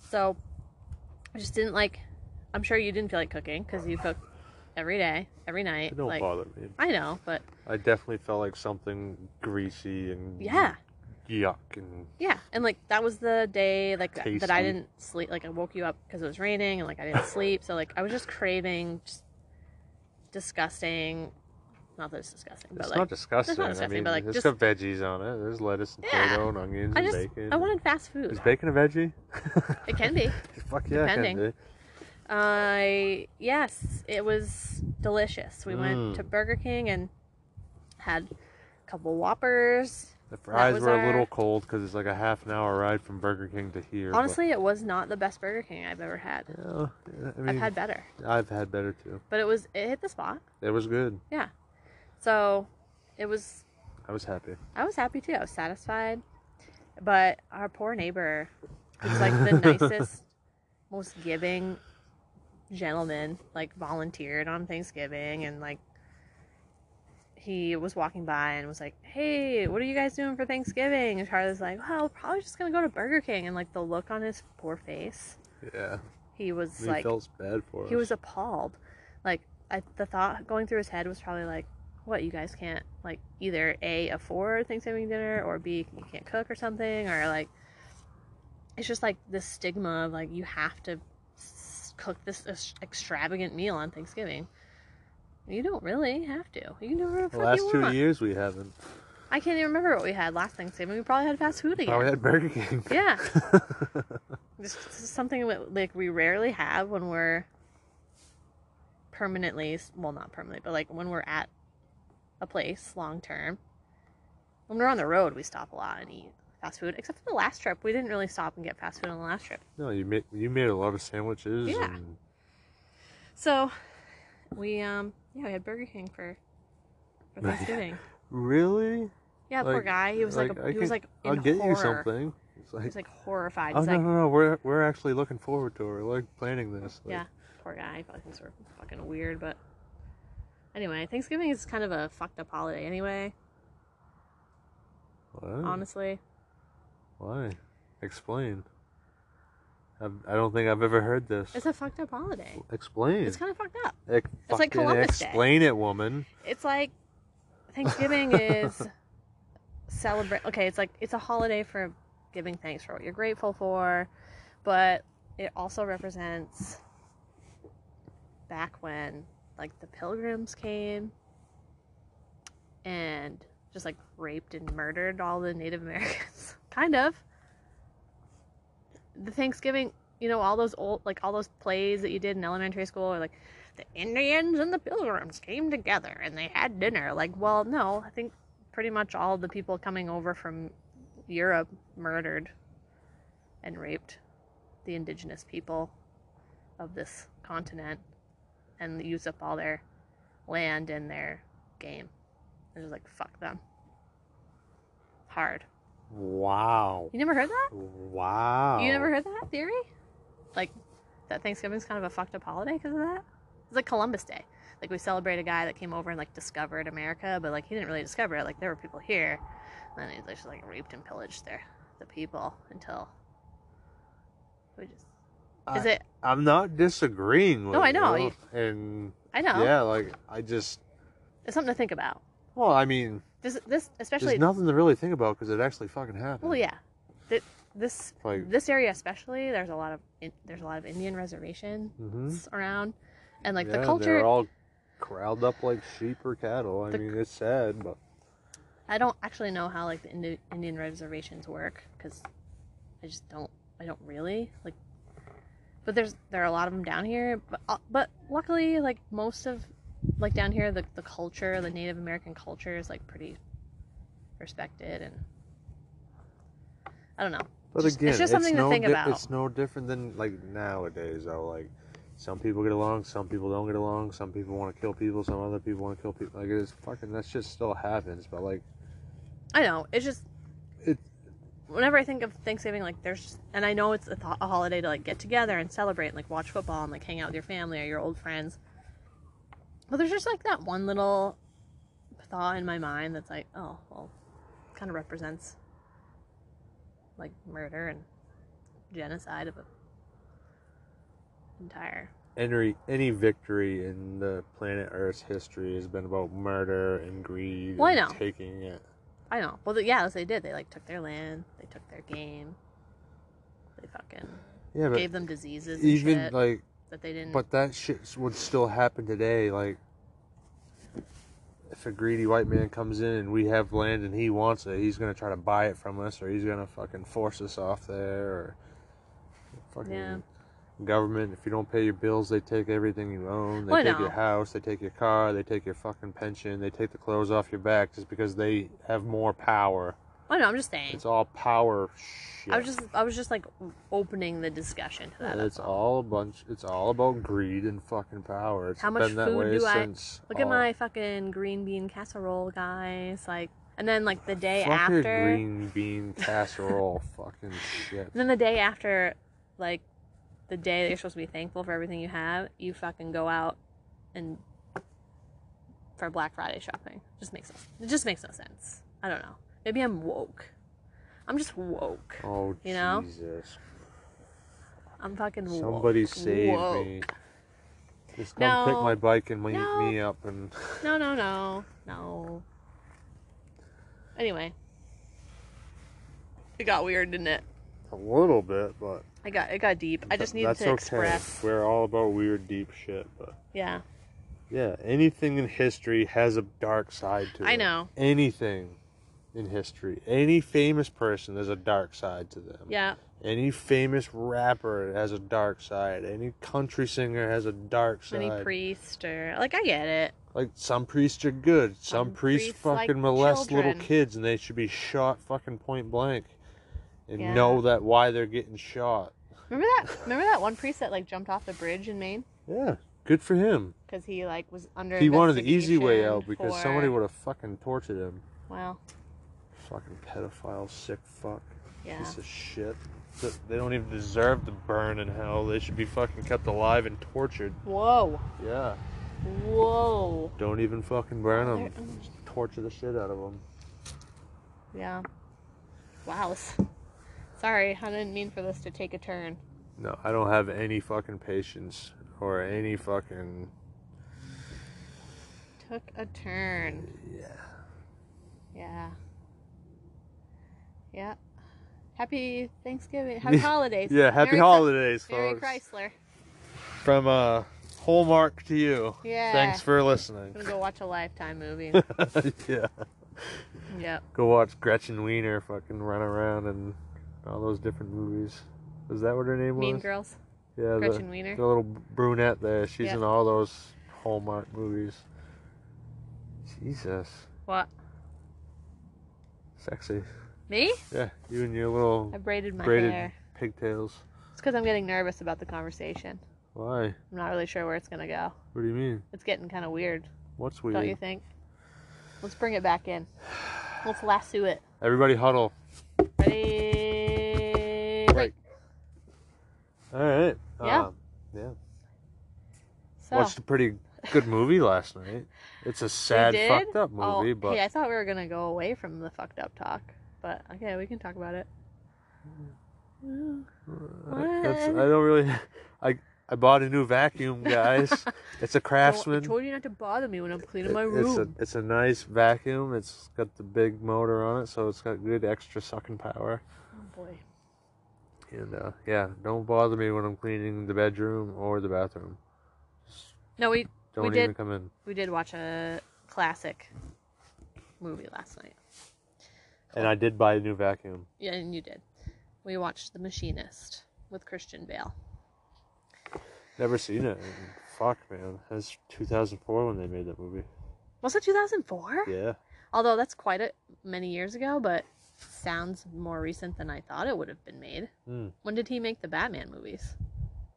[SPEAKER 1] So I just didn't like, I'm sure you didn't feel like cooking because you cook every day, every night.
[SPEAKER 2] Don't
[SPEAKER 1] like,
[SPEAKER 2] bother me.
[SPEAKER 1] I know, but
[SPEAKER 2] I definitely felt like something greasy and
[SPEAKER 1] yeah,
[SPEAKER 2] yuck and
[SPEAKER 1] yeah. And like that was the day like that I
[SPEAKER 2] Tasty.
[SPEAKER 1] didn't sleep. Like I woke you up because it was raining and like I didn't sleep. So like I was just craving just disgusting. Not that it's disgusting, but
[SPEAKER 2] It's
[SPEAKER 1] like
[SPEAKER 2] not disgusting.
[SPEAKER 1] it's not disgusting,
[SPEAKER 2] I mean,
[SPEAKER 1] but, like,
[SPEAKER 2] it's
[SPEAKER 1] just-
[SPEAKER 2] got veggies on it. There's lettuce and
[SPEAKER 1] Yeah.
[SPEAKER 2] potato and onions
[SPEAKER 1] I
[SPEAKER 2] and
[SPEAKER 1] just
[SPEAKER 2] bacon.
[SPEAKER 1] I wanted fast food.
[SPEAKER 2] Is bacon a veggie?
[SPEAKER 1] It can be.
[SPEAKER 2] Fuck yeah, it can
[SPEAKER 1] Depending.
[SPEAKER 2] be.
[SPEAKER 1] I yes, it was delicious. We went
[SPEAKER 2] Mm.
[SPEAKER 1] to Burger King and had a couple Whoppers,
[SPEAKER 2] The fries
[SPEAKER 1] was
[SPEAKER 2] were a
[SPEAKER 1] our-
[SPEAKER 2] little cold because it's like a half an hour ride from Burger King to here. but-
[SPEAKER 1] Honestly, it was not the best Burger King I've ever had.
[SPEAKER 2] yeah, I mean,
[SPEAKER 1] I've had better,
[SPEAKER 2] I've had better too.
[SPEAKER 1] but it was it hit the spot.
[SPEAKER 2] It was good.
[SPEAKER 1] Yeah, so it was.
[SPEAKER 2] I was happy.
[SPEAKER 1] I was happy too. I was satisfied, but our poor neighbor, who's like the nicest, most giving gentleman, like volunteered on Thanksgiving and like. He was walking by and was like, "Hey, what are you guys doing for Thanksgiving?" And Charlie's like, "Well, we're probably just gonna go to Burger King." And like the look on his poor face,
[SPEAKER 2] Yeah,
[SPEAKER 1] he was
[SPEAKER 2] he
[SPEAKER 1] like,
[SPEAKER 2] felt bad for us.
[SPEAKER 1] he was appalled like I, the thought going through his head was probably like what you guys can't like either a afford thanksgiving dinner or b you can't cook or something or like it's just like this stigma of like you have to s- cook this ex- extravagant meal on thanksgiving you don't really have to you can do whatever the
[SPEAKER 2] the
[SPEAKER 1] fuck
[SPEAKER 2] last
[SPEAKER 1] you
[SPEAKER 2] two
[SPEAKER 1] want.
[SPEAKER 2] years we haven't.
[SPEAKER 1] i can't even remember what we had last thanksgiving we probably had fast food again
[SPEAKER 2] Probably Oh, had Burger King.
[SPEAKER 1] yeah this this is something that like we rarely have when we're permanently well not permanently but like when we're at a place long term when we're on the road we stop a lot and eat fast food except for the last trip we didn't really stop and get fast food on the last trip
[SPEAKER 2] no, you made you made a lot of sandwiches.
[SPEAKER 1] Yeah.
[SPEAKER 2] And
[SPEAKER 1] so we um yeah we had burger king for for thanksgiving
[SPEAKER 2] really?
[SPEAKER 1] yeah poor
[SPEAKER 2] Like-
[SPEAKER 1] guy he was like,
[SPEAKER 2] like,
[SPEAKER 1] a,
[SPEAKER 2] I
[SPEAKER 1] he was
[SPEAKER 2] can-
[SPEAKER 1] like in
[SPEAKER 2] I'll get
[SPEAKER 1] horror
[SPEAKER 2] you something. It's
[SPEAKER 1] he
[SPEAKER 2] like,
[SPEAKER 1] was like horrified
[SPEAKER 2] oh
[SPEAKER 1] he's
[SPEAKER 2] no,
[SPEAKER 1] like
[SPEAKER 2] no, no, we're we're actually looking forward to it. We're like planning this. Like,
[SPEAKER 1] Yeah, poor guy. He probably thinks we're fucking weird, but anyway, Thanksgiving is kind of a fucked up holiday anyway.
[SPEAKER 2] What?
[SPEAKER 1] Honestly,
[SPEAKER 2] Why? Explain. I've, I don't think I've ever heard this.
[SPEAKER 1] it's a fucked up holiday.
[SPEAKER 2] Explain.
[SPEAKER 1] It's kind of fucked up.
[SPEAKER 2] Ex-
[SPEAKER 1] it's like
[SPEAKER 2] fucking
[SPEAKER 1] Columbus Day.
[SPEAKER 2] Explain it, woman.
[SPEAKER 1] It's like Thanksgiving is celebrate. Okay, it's like it's a holiday for giving thanks for what you're grateful for, but it also represents back when like the pilgrims came and just like raped and murdered all the Native Americans. kind of. The Thanksgiving, you know, all those old, like all those plays that you did in elementary school or like the Indians and the pilgrims came together and they had dinner. Like, well, no, I think pretty much all the people coming over from Europe murdered and raped the indigenous people of this continent and used up all their land and their game. They're just like, fuck them. Hard.
[SPEAKER 2] Wow.
[SPEAKER 1] You never heard that?
[SPEAKER 2] Wow.
[SPEAKER 1] You never heard that theory? Like that Thanksgiving's kind of a fucked up holiday because of that? It's like Columbus Day. Like we celebrate a guy that came over and like discovered America, but like he didn't really discover it. Like there were people here, and then they just like raped and pillaged their the people until we just. Is
[SPEAKER 2] I-
[SPEAKER 1] it?
[SPEAKER 2] I'm not disagreeing with
[SPEAKER 1] No, I know.
[SPEAKER 2] you. And
[SPEAKER 1] I know.
[SPEAKER 2] yeah, like I just.
[SPEAKER 1] It's something to think about.
[SPEAKER 2] Well, I mean,
[SPEAKER 1] This, this especially.
[SPEAKER 2] there's nothing to really think about because it actually fucking happened.
[SPEAKER 1] well, yeah. Th- This
[SPEAKER 2] Like-
[SPEAKER 1] this area especially, there's a lot of in, there's a lot of Indian reservations
[SPEAKER 2] Mhm.
[SPEAKER 1] around, and like
[SPEAKER 2] Yeah,
[SPEAKER 1] the culture.
[SPEAKER 2] They're all corralled up like sheep or cattle. I
[SPEAKER 1] The-
[SPEAKER 2] mean, it's sad, but
[SPEAKER 1] I don't actually know how like the Indi- Indian reservations work because I just don't. I don't really like. But there's there are a lot of them down here. But uh, but luckily, like most of like down here, the the culture, the Native American culture is like pretty respected and. I don't know.
[SPEAKER 2] But
[SPEAKER 1] Just-
[SPEAKER 2] again,
[SPEAKER 1] it's just something to
[SPEAKER 2] no
[SPEAKER 1] think
[SPEAKER 2] di-
[SPEAKER 1] about.
[SPEAKER 2] It's no different than like nowadays. Though, like some people get along, some people don't get along. Some people want to kill people, some other people want to kill people. Like it's fucking that shit still happens. But like,
[SPEAKER 1] I know. It's just.
[SPEAKER 2] It-
[SPEAKER 1] Whenever I think of Thanksgiving, like there's, just, and I know it's a, th- a holiday to like get together and celebrate, and, like watch football and like hang out with your family or your old friends. But there's just like that one little thought in my mind that's like, oh, well, kind of represents like murder and genocide of an entire.
[SPEAKER 2] any any victory in the planet Earth's history has been about murder and greed.
[SPEAKER 1] Well, I
[SPEAKER 2] and
[SPEAKER 1] know.
[SPEAKER 2] Taking it.
[SPEAKER 1] I know. Well, th- yeah, as they did, they like took their land, they took their game, they fucking
[SPEAKER 2] Yeah, but
[SPEAKER 1] gave them diseases. And
[SPEAKER 2] even
[SPEAKER 1] shit.
[SPEAKER 2] like
[SPEAKER 1] that they didn't.
[SPEAKER 2] But that shit would still happen today. Like, if a greedy white man comes in and we have land and he wants it, he's gonna try to buy it from us, or he's gonna fucking force us off there, or fucking
[SPEAKER 1] Yeah.
[SPEAKER 2] government. If you don't pay your bills, they take everything you own. They
[SPEAKER 1] Well, I
[SPEAKER 2] take
[SPEAKER 1] know.
[SPEAKER 2] your house. They take your car. They take your fucking pension. They take the clothes off your back just because they have more power.
[SPEAKER 1] Oh no, I'm just saying.
[SPEAKER 2] It's all power shit.
[SPEAKER 1] I was just I was just like opening the discussion to that.
[SPEAKER 2] And it's all a bunch. It's all about greed and fucking power. It's
[SPEAKER 1] How much
[SPEAKER 2] been that
[SPEAKER 1] food
[SPEAKER 2] way
[SPEAKER 1] do I-
[SPEAKER 2] since oh,
[SPEAKER 1] Look at
[SPEAKER 2] all-
[SPEAKER 1] my fucking green bean casserole, guys. Like, and then like the day
[SPEAKER 2] Fuck your
[SPEAKER 1] after,
[SPEAKER 2] green bean casserole. fucking shit.
[SPEAKER 1] and then the day after, like the day that you're supposed to be thankful for everything you have, you fucking go out and for Black Friday shopping. Just makes no, it just makes no sense. I don't know. Maybe I'm woke. I'm just woke.
[SPEAKER 2] Oh
[SPEAKER 1] You know?
[SPEAKER 2] Jesus!
[SPEAKER 1] I'm fucking woke.
[SPEAKER 2] Somebody save
[SPEAKER 1] woke.
[SPEAKER 2] me. Just come pick
[SPEAKER 1] No.
[SPEAKER 2] my bike and meet
[SPEAKER 1] No.
[SPEAKER 2] me up and.
[SPEAKER 1] No, no, no, no. Anyway, it got weird, didn't it?
[SPEAKER 2] A little bit, but
[SPEAKER 1] I got it got deep. I just
[SPEAKER 2] th-
[SPEAKER 1] needed
[SPEAKER 2] that's
[SPEAKER 1] to express.
[SPEAKER 2] okay. We're all about weird, deep shit, but
[SPEAKER 1] Yeah,
[SPEAKER 2] yeah, anything in history has a dark side to it.
[SPEAKER 1] I know.
[SPEAKER 2] Anything in history, any famous person, there's a dark side to them.
[SPEAKER 1] yeah,
[SPEAKER 2] Any famous rapper has a dark side. Any country singer has a dark side.
[SPEAKER 1] any priest or like I get it.
[SPEAKER 2] Like some priests are good, some,
[SPEAKER 1] Some
[SPEAKER 2] priests,
[SPEAKER 1] priests like
[SPEAKER 2] fucking molest little
[SPEAKER 1] children.
[SPEAKER 2] kids and they should be shot fucking point blank and
[SPEAKER 1] Yeah.
[SPEAKER 2] know that why they're getting shot.
[SPEAKER 1] Remember that? Remember that one priest that like jumped off the bridge in Maine
[SPEAKER 2] Yeah, good for him.
[SPEAKER 1] because he like was under.
[SPEAKER 2] he wanted the easy way out
[SPEAKER 1] investigation
[SPEAKER 2] because
[SPEAKER 1] for-
[SPEAKER 2] somebody would have fucking tortured him.
[SPEAKER 1] Well,
[SPEAKER 2] Fucking pedophile, sick fuck,
[SPEAKER 1] yeah,
[SPEAKER 2] piece of shit. Th- They don't even deserve to burn in hell. They should be fucking kept alive and tortured.
[SPEAKER 1] whoa,
[SPEAKER 2] Yeah.
[SPEAKER 1] whoa,
[SPEAKER 2] Don't even fucking burn
[SPEAKER 1] They're-
[SPEAKER 2] them. Torture the shit out of them.
[SPEAKER 1] yeah. Wow. Sorry, I didn't mean for this to take a turn.
[SPEAKER 2] No, I don't have any fucking patience or any fucking.
[SPEAKER 1] Took a turn.
[SPEAKER 2] Yeah.
[SPEAKER 1] Yeah. Yeah. Happy Thanksgiving. Happy holidays.
[SPEAKER 2] Yeah, happy
[SPEAKER 1] Merry Chri-
[SPEAKER 2] holidays,
[SPEAKER 1] Merry
[SPEAKER 2] folks.
[SPEAKER 1] Chrysler.
[SPEAKER 2] From uh, Hallmark to you.
[SPEAKER 1] Yeah.
[SPEAKER 2] Thanks for
[SPEAKER 1] I'm
[SPEAKER 2] listening.
[SPEAKER 1] gonna go watch a Lifetime movie.
[SPEAKER 2] yeah.
[SPEAKER 1] yep.
[SPEAKER 2] Go watch Gretchen Wiener fucking run around and all those different movies. Is that what her name
[SPEAKER 1] Mean
[SPEAKER 2] was?
[SPEAKER 1] Girls.
[SPEAKER 2] yeah,
[SPEAKER 1] Gretchen
[SPEAKER 2] the,
[SPEAKER 1] Wiener.
[SPEAKER 2] the little brunette there. She's
[SPEAKER 1] Yeah.
[SPEAKER 2] in all those Hallmark movies. Jesus.
[SPEAKER 1] What?
[SPEAKER 2] Sexy.
[SPEAKER 1] Me?
[SPEAKER 2] Yeah, you and your little
[SPEAKER 1] I braided my
[SPEAKER 2] braided
[SPEAKER 1] hair.
[SPEAKER 2] pigtails.
[SPEAKER 1] It's because I'm getting nervous about the conversation.
[SPEAKER 2] Why?
[SPEAKER 1] I'm not really sure where it's gonna go.
[SPEAKER 2] What do you mean?
[SPEAKER 1] It's getting kind of weird,
[SPEAKER 2] What's weird?
[SPEAKER 1] don't you think? Let's bring it back in. Let's lasso it.
[SPEAKER 2] Everybody huddle.
[SPEAKER 1] Ready?
[SPEAKER 2] Right. All right.
[SPEAKER 1] Yeah.
[SPEAKER 2] Um,
[SPEAKER 1] So,
[SPEAKER 2] Watched a pretty good movie last night. It's a
[SPEAKER 1] we
[SPEAKER 2] sad,
[SPEAKER 1] did?
[SPEAKER 2] fucked up
[SPEAKER 1] Oh,
[SPEAKER 2] movie, but
[SPEAKER 1] hey, I thought we were gonna go away from the fucked up talk, but okay, we can talk about it.
[SPEAKER 2] uh, that's, I don't really. I I bought a new vacuum, guys. it's a
[SPEAKER 1] I
[SPEAKER 2] Craftsman.
[SPEAKER 1] told you not to bother me when I'm cleaning
[SPEAKER 2] It-
[SPEAKER 1] my
[SPEAKER 2] it's a
[SPEAKER 1] room.
[SPEAKER 2] it's a nice vacuum. It's got the big motor on it, so it's got good extra sucking power.
[SPEAKER 1] Oh boy.
[SPEAKER 2] And uh, yeah, don't bother me when I'm cleaning the bedroom or the bathroom.
[SPEAKER 1] No, we
[SPEAKER 2] Don't
[SPEAKER 1] We
[SPEAKER 2] even
[SPEAKER 1] did-
[SPEAKER 2] come in.
[SPEAKER 1] we did watch a classic movie last night.
[SPEAKER 2] And I did buy a new vacuum.
[SPEAKER 1] Yeah, and you did. We watched The Machinist with Christian Bale.
[SPEAKER 2] Never seen it. Fuck, man. That's 2004 when they made that movie.
[SPEAKER 1] Was it 2004?
[SPEAKER 2] Yeah.
[SPEAKER 1] Although that's quite a, many years ago, but sounds more recent than I thought it would have been made.
[SPEAKER 2] Hmm.
[SPEAKER 1] When did he make the Batman movies?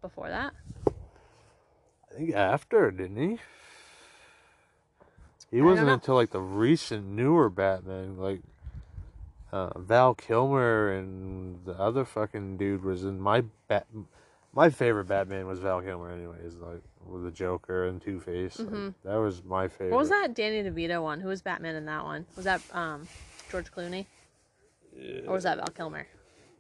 [SPEAKER 1] Before that?
[SPEAKER 2] I think after, didn't he? He
[SPEAKER 1] don't
[SPEAKER 2] wasn't
[SPEAKER 1] know.
[SPEAKER 2] until like the recent newer Batman, like uh, Val Kilmer and the other fucking dude was in my bat. My favorite Batman was Val Kilmer, anyways, like with the Joker and Two Face.
[SPEAKER 1] Mhm.
[SPEAKER 2] that was my favorite.
[SPEAKER 1] What was that Danny DeVito one? Who was Batman in that one? Was that um, George Clooney? Or was that Val Kilmer?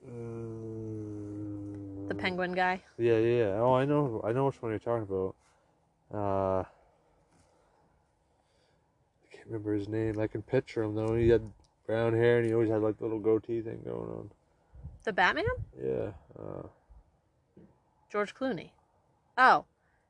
[SPEAKER 2] Uh,
[SPEAKER 1] Oh, The penguin guy?
[SPEAKER 2] Yeah, yeah. yeah. Oh, I know. I know which one you're talking about. Uh, I can't remember his name. I can picture him though. He had brown hair and he always had like the little goatee thing going on.
[SPEAKER 1] The Batman?
[SPEAKER 2] Yeah. Uh,
[SPEAKER 1] George Clooney. Oh,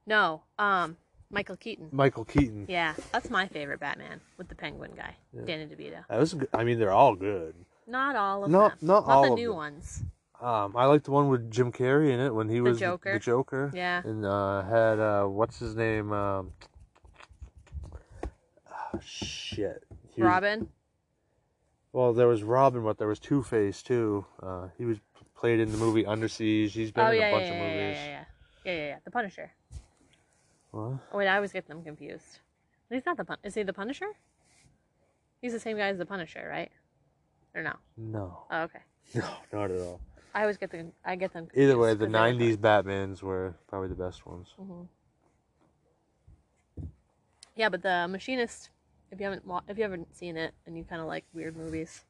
[SPEAKER 1] no. Um, Michael Keaton.
[SPEAKER 2] Michael Keaton.
[SPEAKER 1] Yeah, that's my favorite Batman with the penguin guy, Danny DeVito.
[SPEAKER 2] That was. a good- I mean, they're all good.
[SPEAKER 1] Not all of
[SPEAKER 2] Not-
[SPEAKER 1] them.
[SPEAKER 2] not
[SPEAKER 1] not
[SPEAKER 2] all
[SPEAKER 1] the
[SPEAKER 2] of
[SPEAKER 1] new
[SPEAKER 2] them.
[SPEAKER 1] ones.
[SPEAKER 2] Um, I like the one with Jim Carrey in it when he was
[SPEAKER 1] Joker.
[SPEAKER 2] The Joker.
[SPEAKER 1] Yeah.
[SPEAKER 2] And uh, had uh, what's his name? Um, oh, shit. He was-
[SPEAKER 1] Robin.
[SPEAKER 2] Well, there was Robin, but there was Two Face too. Uh, he was played in the movie Under Siege. He's been
[SPEAKER 1] oh
[SPEAKER 2] in
[SPEAKER 1] yeah,
[SPEAKER 2] a
[SPEAKER 1] yeah,
[SPEAKER 2] bunch
[SPEAKER 1] yeah,
[SPEAKER 2] of
[SPEAKER 1] yeah, yeah,
[SPEAKER 2] movies.
[SPEAKER 1] yeah, yeah, yeah, yeah. The Punisher.
[SPEAKER 2] What?
[SPEAKER 1] Oh wait, I always get them confused. He's not the pun. Is he the Punisher? He's the same guy as the Punisher, right? Or no?
[SPEAKER 2] No,
[SPEAKER 1] Oh, okay.
[SPEAKER 2] no, not at all.
[SPEAKER 1] I always get the I get them.
[SPEAKER 2] Either
[SPEAKER 1] confused
[SPEAKER 2] way, the
[SPEAKER 1] 'cause they look
[SPEAKER 2] '90s Batman's were probably the best ones.
[SPEAKER 1] like- Yeah, but the Machinist. If you haven't wa- if you haven't seen it and you kind of like weird movies,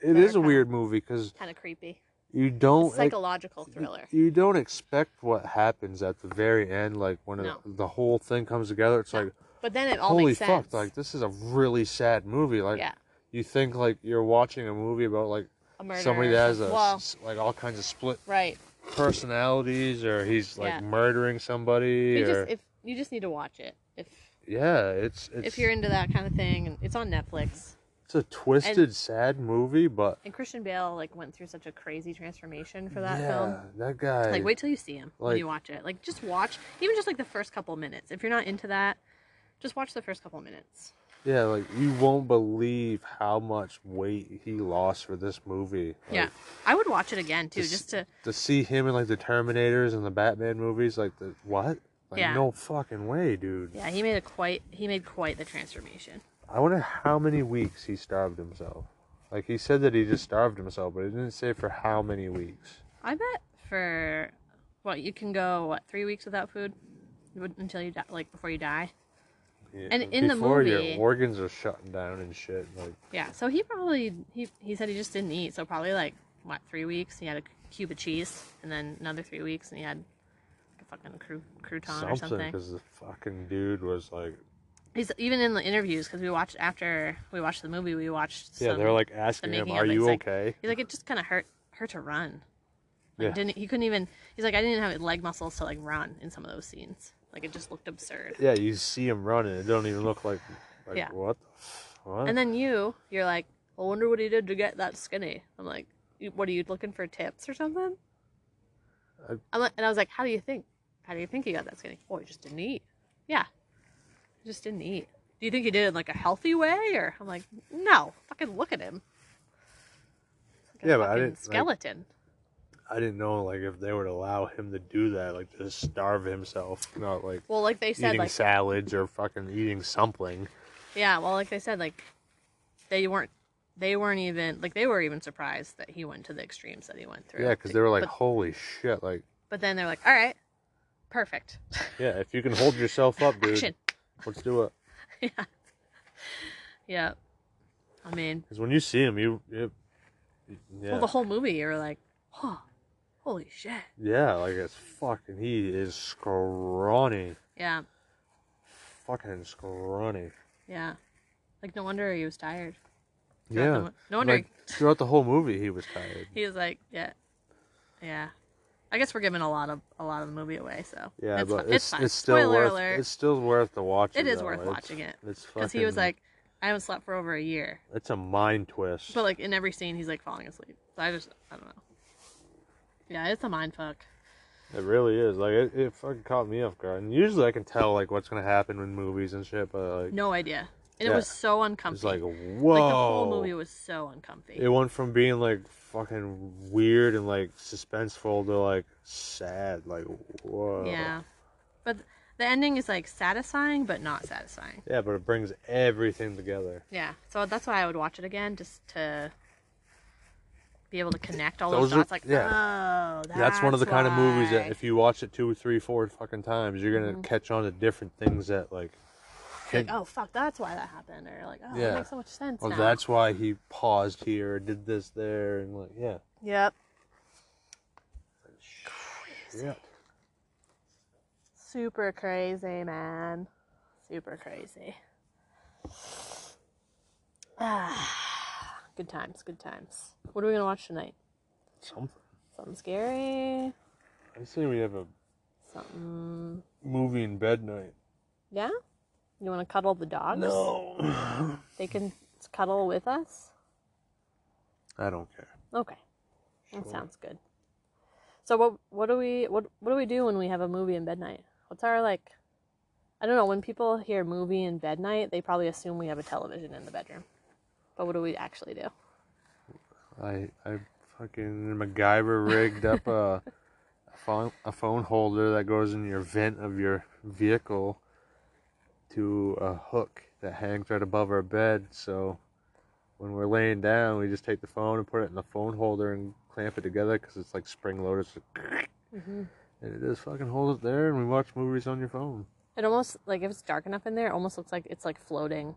[SPEAKER 2] It
[SPEAKER 1] They were
[SPEAKER 2] is a
[SPEAKER 1] kinda-
[SPEAKER 2] weird movie because
[SPEAKER 1] kind of creepy,
[SPEAKER 2] you don't like,
[SPEAKER 1] psychological thriller.
[SPEAKER 2] you don't expect what happens at the very end. Like when
[SPEAKER 1] No.
[SPEAKER 2] it, the whole thing comes together, it's like
[SPEAKER 1] But then it all
[SPEAKER 2] holy
[SPEAKER 1] makes sense.
[SPEAKER 2] fuck! Like this is a really sad movie. Like
[SPEAKER 1] yeah,
[SPEAKER 2] you think like you're watching a movie about like
[SPEAKER 1] a murder.
[SPEAKER 2] somebody that has a
[SPEAKER 1] well,
[SPEAKER 2] s- like all kinds of split
[SPEAKER 1] right.
[SPEAKER 2] personalities or he's like
[SPEAKER 1] Yeah.
[SPEAKER 2] murdering somebody
[SPEAKER 1] You
[SPEAKER 2] or
[SPEAKER 1] just if you just need to watch it if
[SPEAKER 2] yeah it's it's,
[SPEAKER 1] if you're into that kind of thing and it's on Netflix.
[SPEAKER 2] it's a twisted sad movie but
[SPEAKER 1] And Christian Bale like went through such a crazy transformation for that
[SPEAKER 2] yeah
[SPEAKER 1] film.
[SPEAKER 2] that guy
[SPEAKER 1] Like wait till you see him when
[SPEAKER 2] like-
[SPEAKER 1] you watch it. Like just watch even just like the first couple minutes. If you're not into that, just watch the first couple minutes.
[SPEAKER 2] yeah like you won't believe how much weight he lost for this movie Like,
[SPEAKER 1] yeah. I would watch it again too
[SPEAKER 2] to s-
[SPEAKER 1] just to
[SPEAKER 2] to see him in like the terminators and the batman movies like the what like
[SPEAKER 1] Yeah.
[SPEAKER 2] no fucking way dude
[SPEAKER 1] Yeah, he made a quite he made quite the transformation.
[SPEAKER 2] I wonder how many weeks he starved himself. Like he said that he just starved himself, but it didn't say for how many weeks.
[SPEAKER 1] I bet for what you can go what 3 weeks without food Would- until you die, like before you die.
[SPEAKER 2] Yeah,
[SPEAKER 1] And in the
[SPEAKER 2] before
[SPEAKER 1] movie-
[SPEAKER 2] your organs are shutting down and shit. Like
[SPEAKER 1] Yeah, so he probably he he said he just didn't eat. So probably like what three weeks he had a cube of cheese, and then another three weeks, and he had like a fucking cru- crouton or
[SPEAKER 2] something,
[SPEAKER 1] something.
[SPEAKER 2] because the fucking dude was like,
[SPEAKER 1] He's even in the interviews because we watched after we watched the movie. We watched.
[SPEAKER 2] yeah,
[SPEAKER 1] some-
[SPEAKER 2] they're like
[SPEAKER 1] the
[SPEAKER 2] asking him,
[SPEAKER 1] making
[SPEAKER 2] "Are
[SPEAKER 1] of it.
[SPEAKER 2] you
[SPEAKER 1] He's like-
[SPEAKER 2] okay?"
[SPEAKER 1] He's like it just kind of hurt hurt to run. Like,
[SPEAKER 2] Yeah.
[SPEAKER 1] Didn't he couldn't even. He's like I didn't have leg muscles to like run in some of those scenes. Like it just looked absurd.
[SPEAKER 2] Yeah, you see him running. It don't even look like, like
[SPEAKER 1] Yeah.
[SPEAKER 2] what? the f- What?
[SPEAKER 1] And then you you're like I wonder what he did to get that skinny. I'm like "You- what are you looking for tips or something?
[SPEAKER 2] I-
[SPEAKER 1] I'm like, and I was like, how do you think? How do you think he got that skinny? Oh, he just didn't eat. Yeah, he just didn't eat. Do you think he did it in like a healthy way? Or I'm like, no. Fucking look at him. It's like a
[SPEAKER 2] Yeah, but I
[SPEAKER 1] fucking
[SPEAKER 2] didn't, like-
[SPEAKER 1] skeleton.
[SPEAKER 2] I didn't know like if they would allow him to do that, like to starve himself, not like
[SPEAKER 1] well, like they said,
[SPEAKER 2] eating
[SPEAKER 1] like
[SPEAKER 2] salads or fucking eating something.
[SPEAKER 1] yeah. Well, like they said, like they weren't. They weren't even like they were even surprised that he went to the extremes that he went through.
[SPEAKER 2] Yeah, because they were like,
[SPEAKER 1] but,
[SPEAKER 2] "Holy shit!" Like.
[SPEAKER 1] but then they're like, all right, perfect.
[SPEAKER 2] Yeah, if you can hold yourself up, dude,
[SPEAKER 1] Action.
[SPEAKER 2] let's do it.
[SPEAKER 1] Yeah. I mean,
[SPEAKER 2] Because when you see him, you, you yeah,
[SPEAKER 1] well, the whole movie you were like, huh, holy shit.
[SPEAKER 2] yeah, like it's fucking. He is scrawny,
[SPEAKER 1] Yeah,
[SPEAKER 2] fucking scrawny.
[SPEAKER 1] yeah. Like no wonder he was tired. Throughout
[SPEAKER 2] Yeah,
[SPEAKER 1] the mo- no wonder
[SPEAKER 2] Like, throughout the whole movie, he was tired.
[SPEAKER 1] he was like, yeah, yeah. I guess we're giving a lot of a lot of the movie away, so
[SPEAKER 2] Yeah,
[SPEAKER 1] it's,
[SPEAKER 2] but
[SPEAKER 1] fu-
[SPEAKER 2] it's
[SPEAKER 1] fine.
[SPEAKER 2] it's still
[SPEAKER 1] Spoiler
[SPEAKER 2] worth
[SPEAKER 1] alert.
[SPEAKER 2] it's still worth the watch.
[SPEAKER 1] It is
[SPEAKER 2] though.
[SPEAKER 1] worth
[SPEAKER 2] It's-
[SPEAKER 1] watching it.
[SPEAKER 2] It's fucking.
[SPEAKER 1] because he was like, I haven't slept for over a year,
[SPEAKER 2] it's a mind twist.
[SPEAKER 1] but like in every scene he's like falling asleep. So I just I don't know. Yeah, it's a mind fuck.
[SPEAKER 2] it really is. Like it, it fucking caught me off guard. And usually I can tell like what's gonna happen in movies and shit, but like
[SPEAKER 1] No idea, and it
[SPEAKER 2] Yeah.
[SPEAKER 1] was so
[SPEAKER 2] it's
[SPEAKER 1] uncomfy.
[SPEAKER 2] like
[SPEAKER 1] Like,
[SPEAKER 2] whoa.
[SPEAKER 1] the whole movie was so uncomfy.
[SPEAKER 2] it went from being like fucking weird and like suspenseful to like sad like whoa
[SPEAKER 1] Yeah. But th- the ending is like satisfying, but not satisfying.
[SPEAKER 2] yeah but it brings everything together
[SPEAKER 1] Yeah. So that's why I would watch it again, just to be able to connect all those,
[SPEAKER 2] Those are-
[SPEAKER 1] dots. Like,
[SPEAKER 2] yeah.
[SPEAKER 1] oh, that's,
[SPEAKER 2] that's, one of the kind of movies that
[SPEAKER 1] why."
[SPEAKER 2] if you watch it two three four fucking times you're gonna catch on to different things that like
[SPEAKER 1] like, oh fuck, that's why that happened, or like, oh, that
[SPEAKER 2] Yeah.
[SPEAKER 1] makes so much sense.
[SPEAKER 2] oh
[SPEAKER 1] now.
[SPEAKER 2] that's why he paused here did this there and like yeah
[SPEAKER 1] yep.
[SPEAKER 2] yeah
[SPEAKER 1] Super crazy, man. Super crazy. Ah, good times, good times. What are we gonna watch tonight?
[SPEAKER 2] something
[SPEAKER 1] Something scary.
[SPEAKER 2] i say we have a
[SPEAKER 1] Something.
[SPEAKER 2] movie in bed night
[SPEAKER 1] Yeah? You want to cuddle the dogs?
[SPEAKER 2] no
[SPEAKER 1] They can cuddle with us?
[SPEAKER 2] i don't care
[SPEAKER 1] Okay. That sounds good. So what what do we what what do we do when we have a movie in bed night? What's our like I don't know, when people hear movie in bed night, they probably assume we have a television in the bedroom. But what do we actually do?
[SPEAKER 2] I I fucking MacGyver rigged up a a phone a phone holder that goes in your vent of your vehicle to a hook that hangs right above our bed. So when we're laying down, we just take the phone and put it in the phone holder and clamp it together because it's like spring loaded. So Mm-hmm. and it just fucking holds it there, and we watch movies on your phone.
[SPEAKER 1] It almost like if it's dark enough in there, it almost looks like it's like floating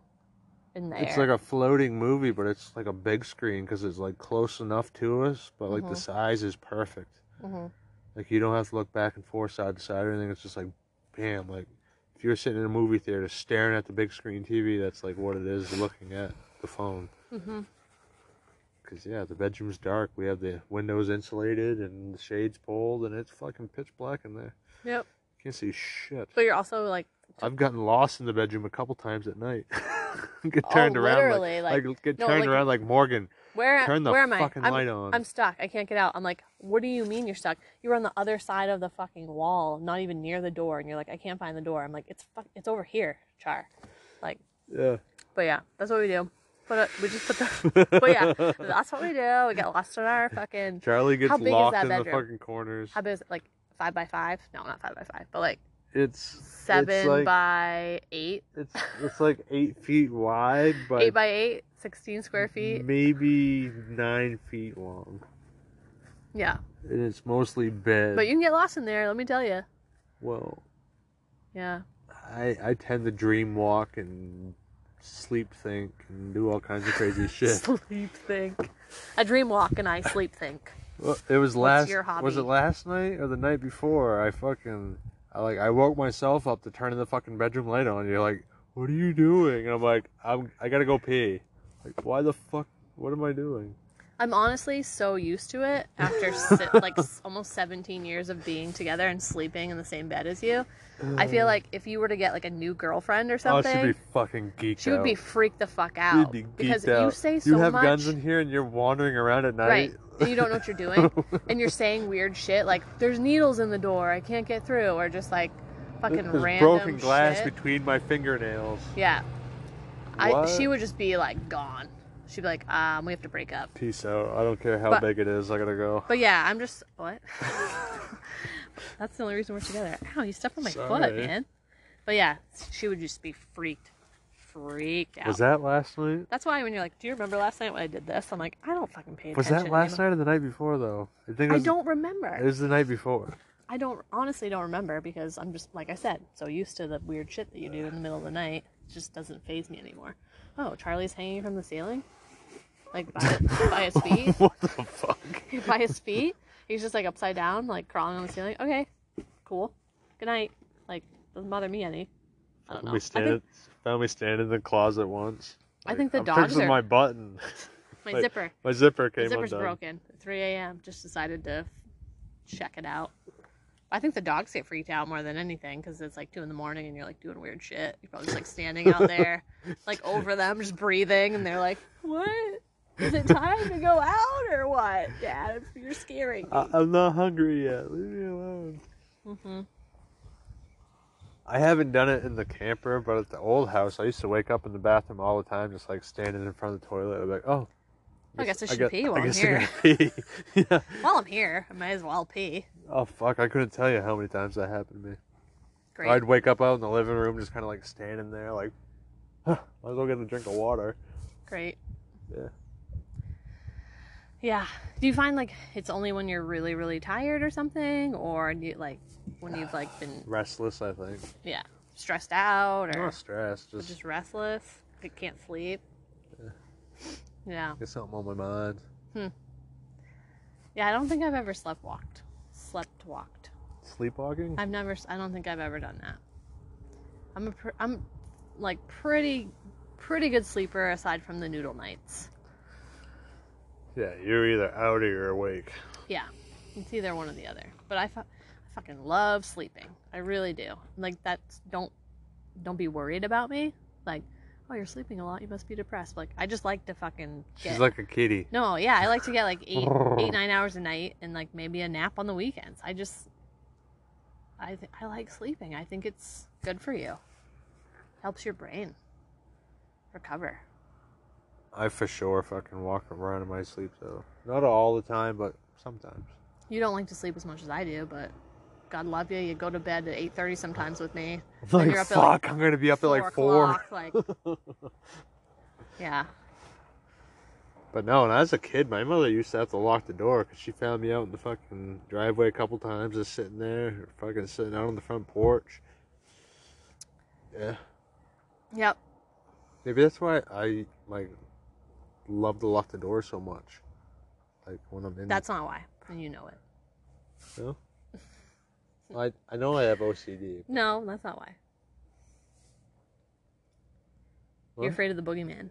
[SPEAKER 1] in the
[SPEAKER 2] It's
[SPEAKER 1] air.
[SPEAKER 2] like a floating movie, but it's like a big screen because it's like close enough to us, but like the size is perfect.
[SPEAKER 1] Mhm.
[SPEAKER 2] Like you don't have to look back and forth side to side or anything. It's just like, bam! Like if you're sitting in a movie theater staring at the big screen TV, that's like what it is looking at the phone.
[SPEAKER 1] Mhm.
[SPEAKER 2] Cause yeah, the bedroom's dark. We have the windows insulated and the shades pulled, and it's fucking pitch black in there.
[SPEAKER 1] yep.
[SPEAKER 2] Can't see shit.
[SPEAKER 1] But you're also like
[SPEAKER 2] I've gotten lost in the bedroom a couple times at night. get turned around,
[SPEAKER 1] Oh, literally,
[SPEAKER 2] like,
[SPEAKER 1] like-
[SPEAKER 2] like, get
[SPEAKER 1] no,
[SPEAKER 2] turned
[SPEAKER 1] like-
[SPEAKER 2] around, like Morgan.
[SPEAKER 1] where
[SPEAKER 2] Turn the
[SPEAKER 1] where am I?
[SPEAKER 2] fucking
[SPEAKER 1] I'm,
[SPEAKER 2] light on.
[SPEAKER 1] I'm stuck. I can't get out. I'm like, what do you mean you're stuck? You're on the other side of the fucking wall, not even near the door, and you're like, I can't find the door. I'm like, it's fuck, it's over here, Char. Like,
[SPEAKER 2] Yeah.
[SPEAKER 1] but yeah, that's what we do. But uh, we just put the. but yeah, that's what we do. We get lost in our fucking.
[SPEAKER 2] Charlie gets
[SPEAKER 1] How big is
[SPEAKER 2] locked
[SPEAKER 1] that
[SPEAKER 2] in the
[SPEAKER 1] bedroom?
[SPEAKER 2] fucking corners.
[SPEAKER 1] How big is it? Like five by five? No, not five by five, but like
[SPEAKER 2] It's
[SPEAKER 1] seven
[SPEAKER 2] it's like,
[SPEAKER 1] by eight,
[SPEAKER 2] It's it's like eight feet wide, but
[SPEAKER 1] eight by eight, 16 square feet.
[SPEAKER 2] maybe nine feet long,
[SPEAKER 1] Yeah,
[SPEAKER 2] and it's mostly bed.
[SPEAKER 1] but you can get lost in there. Let me tell you.
[SPEAKER 2] well,
[SPEAKER 1] Yeah.
[SPEAKER 2] I I tend to dream walk and sleep think and do all kinds of crazy shit.
[SPEAKER 1] Sleep think. I dream walk and I sleep think.
[SPEAKER 2] Well, it was last.
[SPEAKER 1] What's your
[SPEAKER 2] Was it
[SPEAKER 1] hobby?
[SPEAKER 2] last night or the night before? I fucking, I like, I woke myself up to turn the fucking bedroom light on. You're like, what are you doing? And I'm like, I'm, I gotta go pee. Like, why the fuck? What am I doing?
[SPEAKER 1] I'm honestly so used to it after si- like s- almost 17 years of being together and sleeping in the same bed as you. I feel like if you were to get like a new girlfriend or
[SPEAKER 2] Mm. Oh,
[SPEAKER 1] something,
[SPEAKER 2] she'd be fucking geeked
[SPEAKER 1] she would
[SPEAKER 2] out.
[SPEAKER 1] be freaked the fuck
[SPEAKER 2] She'd
[SPEAKER 1] out
[SPEAKER 2] be geeked
[SPEAKER 1] because
[SPEAKER 2] out.
[SPEAKER 1] you say so
[SPEAKER 2] You have
[SPEAKER 1] much.
[SPEAKER 2] guns in here and you're wandering around at night.
[SPEAKER 1] Right. And you don't know what you're doing. and you're saying weird shit like, there's needles in the door, I can't get through, or just like fucking
[SPEAKER 2] There's
[SPEAKER 1] random
[SPEAKER 2] broken glass
[SPEAKER 1] shit.
[SPEAKER 2] between my fingernails.
[SPEAKER 1] yeah. I,
[SPEAKER 2] What?
[SPEAKER 1] she would just be like gone. She'd be like, um, we have to break up.
[SPEAKER 2] Peace out. I don't care how
[SPEAKER 1] But-
[SPEAKER 2] big it is. I gotta go.
[SPEAKER 1] But yeah, I'm just what? That's the only reason we're together. Ow, you stepped on my foot,
[SPEAKER 2] Sorry.
[SPEAKER 1] man. But yeah, she would just be freaked, freaked out.
[SPEAKER 2] Was that last night?
[SPEAKER 1] That's why when you're like, "Do you remember last night when I did this?" I'm like, "I don't fucking pay
[SPEAKER 2] Was
[SPEAKER 1] attention."
[SPEAKER 2] that last
[SPEAKER 1] anymore."
[SPEAKER 2] night or the night before though? I think it
[SPEAKER 1] I
[SPEAKER 2] was-
[SPEAKER 1] don't
[SPEAKER 2] It
[SPEAKER 1] remember.
[SPEAKER 2] was the night before.
[SPEAKER 1] I don't honestly don't remember because I'm just like I said, so used to the weird shit that you do in the middle of the night. It just doesn't phase me anymore. Oh, Charlie's hanging from the ceiling, like by, by his feet.
[SPEAKER 2] what the fuck?
[SPEAKER 1] by his feet. He's just like upside down, like crawling on the ceiling. Okay, cool. Good night. Like doesn't bother me any. I don't know.
[SPEAKER 2] We
[SPEAKER 1] I
[SPEAKER 2] stand,
[SPEAKER 1] think
[SPEAKER 2] found me standing in the closet once.
[SPEAKER 1] I think the
[SPEAKER 2] I'm
[SPEAKER 1] dogs
[SPEAKER 2] fixing
[SPEAKER 1] are-
[SPEAKER 2] my button.
[SPEAKER 1] my
[SPEAKER 2] like,
[SPEAKER 1] zipper,
[SPEAKER 2] My zipper
[SPEAKER 1] my
[SPEAKER 2] came
[SPEAKER 1] zipper's
[SPEAKER 2] undone.
[SPEAKER 1] broken. 3 a.m. Just decided to check it out. I think the dogs get freaked out more than anything because it's like two in the morning and you're like doing weird shit. You're probably just like standing out there, like over them, just breathing, and they're like, "What? Is it time to go out or what, Dad? You're scaring me."
[SPEAKER 2] I, I'm not hungry yet. Leave me alone.
[SPEAKER 1] hmm
[SPEAKER 2] I haven't done it in the camper, but at the old house, I used to wake up in the bathroom all the time, just like standing in front of the toilet. I'd be like, oh.
[SPEAKER 1] I guess I should pee while I'm
[SPEAKER 2] guess
[SPEAKER 1] here.
[SPEAKER 2] I gotta pee. yeah.
[SPEAKER 1] While I'm here, I might as well pee.
[SPEAKER 2] Oh fuck! I couldn't tell you how many times that happened to me.
[SPEAKER 1] Great.
[SPEAKER 2] I'd wake up out in the living room, just kind of like standing there, like, huh, might as well get a drink of water.
[SPEAKER 1] Great.
[SPEAKER 2] Yeah.
[SPEAKER 1] Yeah. Do you find like it's only when you're really, really tired or something, or do you, like when you've like been
[SPEAKER 2] Restless, I think.
[SPEAKER 1] yeah stressed out or
[SPEAKER 2] Not stressed,
[SPEAKER 1] or
[SPEAKER 2] just,
[SPEAKER 1] just restless, like can't sleep? Yeah.
[SPEAKER 2] get something on my mind.
[SPEAKER 1] Yeah. I don't think I've ever slept walked. Slept walked.
[SPEAKER 2] Sleepwalking?
[SPEAKER 1] I've never. I don't think I've ever done that. I'm a. Pr- I'm like pretty, pretty good sleeper aside from the noodle nights.
[SPEAKER 2] Yeah, you're either out or you're awake.
[SPEAKER 1] Yeah, it's either one or the other. But I, fu- I fucking love sleeping. I really do. Like that's don't don't be worried about me. Like, oh, you're sleeping a lot. You must be depressed. Like I just like to fucking. Get,
[SPEAKER 2] She's like a kitty.
[SPEAKER 1] no, yeah, I like to get like eight eight nine hours a night and like maybe a nap on the weekends. I just I th- I like sleeping. I think it's good for you. Helps your brain recover.
[SPEAKER 2] I for sure fucking walk around in my sleep though. Not all the time, but sometimes.
[SPEAKER 1] You don't like to sleep as much as I do, but God love you. You go to bed at eight thirty sometimes with me.
[SPEAKER 2] Like
[SPEAKER 1] you're up at,
[SPEAKER 2] fuck,
[SPEAKER 1] like,
[SPEAKER 2] I'm gonna be up at like four.
[SPEAKER 1] o'clock, Like, yeah.
[SPEAKER 2] But no, when I was a kid, my mother used to have to lock the door because she found me out in the fucking driveway a couple times, just sitting there, or fucking sitting out on the front porch. Yeah,
[SPEAKER 1] Yep.
[SPEAKER 2] maybe that's why I like love to lock the door so much. Like when I'm in.
[SPEAKER 1] That's not why. And you know it.
[SPEAKER 2] No? I I know I have OCD.
[SPEAKER 1] No, that's not why.
[SPEAKER 2] What?
[SPEAKER 1] You're afraid of the boogeyman.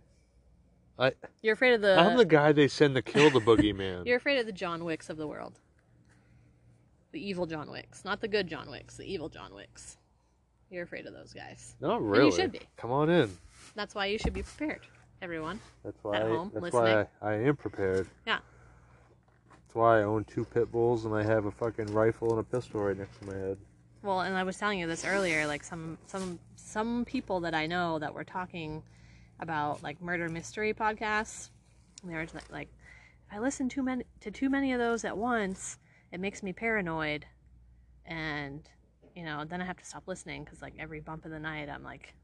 [SPEAKER 2] I
[SPEAKER 1] You're afraid of the.
[SPEAKER 2] I'm the guy they send to kill the boogeyman.
[SPEAKER 1] You're afraid of the John Wicks of the world. The evil John Wicks, not the good John Wicks. The evil John Wicks. You're afraid of those guys.
[SPEAKER 2] Not
[SPEAKER 1] you
[SPEAKER 2] really.
[SPEAKER 1] should be.
[SPEAKER 2] Come on in.
[SPEAKER 1] That's why you should be prepared, everyone.
[SPEAKER 2] That's why.
[SPEAKER 1] home,
[SPEAKER 2] that's
[SPEAKER 1] listening.
[SPEAKER 2] why I, I am prepared.
[SPEAKER 1] Yeah.
[SPEAKER 2] That's why I own two pit bulls and I have a fucking rifle and a pistol right next to my head.
[SPEAKER 1] Well, and I was telling you this earlier. Like some some some people that I know that were talking about like murder mystery podcasts, and they were just like, if I listen too many to too many of those at once, it makes me paranoid, and you know then I have to stop listening because like every bump of the night I'm like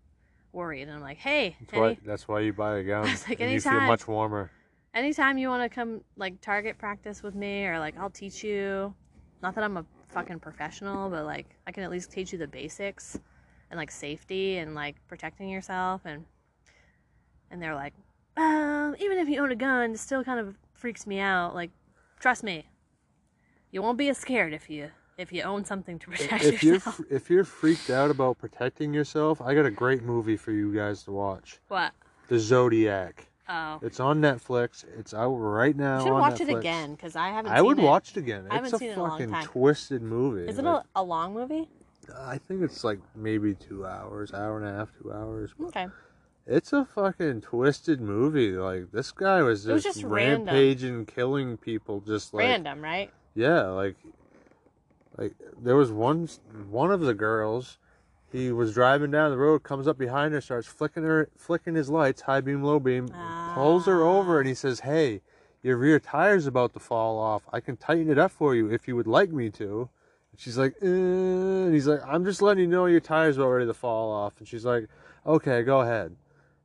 [SPEAKER 1] worried, and I'm like, hey,
[SPEAKER 2] That's
[SPEAKER 1] any,
[SPEAKER 2] why. That's why you buy a gun.
[SPEAKER 1] It's like
[SPEAKER 2] and you
[SPEAKER 1] anytime.
[SPEAKER 2] feel much warmer.
[SPEAKER 1] anytime you want to come like target practice with me or like I'll teach you. Not that I'm a fucking professional, but like I can at least teach you the basics and like safety and like protecting yourself and and they're like, um, even if you own a gun, it still kind of freaks me out. Like, trust me, you won't be as scared if you if you own something to protect
[SPEAKER 2] If you're
[SPEAKER 1] yourself.
[SPEAKER 2] if you're freaked out about protecting yourself, I got a great movie for you guys to watch.
[SPEAKER 1] What?
[SPEAKER 2] The Zodiac.
[SPEAKER 1] Oh,
[SPEAKER 2] It's on Netflix. It's out right now.
[SPEAKER 1] you should
[SPEAKER 2] on
[SPEAKER 1] watch it
[SPEAKER 2] Netflix.
[SPEAKER 1] again because I haven't.
[SPEAKER 2] I
[SPEAKER 1] seen
[SPEAKER 2] would
[SPEAKER 1] it.
[SPEAKER 2] watch it
[SPEAKER 1] I
[SPEAKER 2] again. it's
[SPEAKER 1] haven't
[SPEAKER 2] a
[SPEAKER 1] seen it in a long
[SPEAKER 2] fucking
[SPEAKER 1] time.
[SPEAKER 2] twisted movie.
[SPEAKER 1] Is it
[SPEAKER 2] like,
[SPEAKER 1] a, a long movie?
[SPEAKER 2] I think it's like maybe two hours, hour and a half, two hours. but-
[SPEAKER 1] Okay.
[SPEAKER 2] It's a fucking twisted movie. Like this guy was just,
[SPEAKER 1] It was just random.
[SPEAKER 2] rampaging, killing people. Just like
[SPEAKER 1] Random, right?
[SPEAKER 2] yeah, like like there was one one of the girls. He was driving down the road, comes up behind her, starts flicking her, flicking his lights, high beam, low beam, pulls her over, and he says, "Hey, your rear tire's about to fall off. I can tighten it up for you if you would like me to." And she's like, eh. and he's like, "I'm just letting you know your tire's about ready to fall off." And she's like, "Okay, go ahead."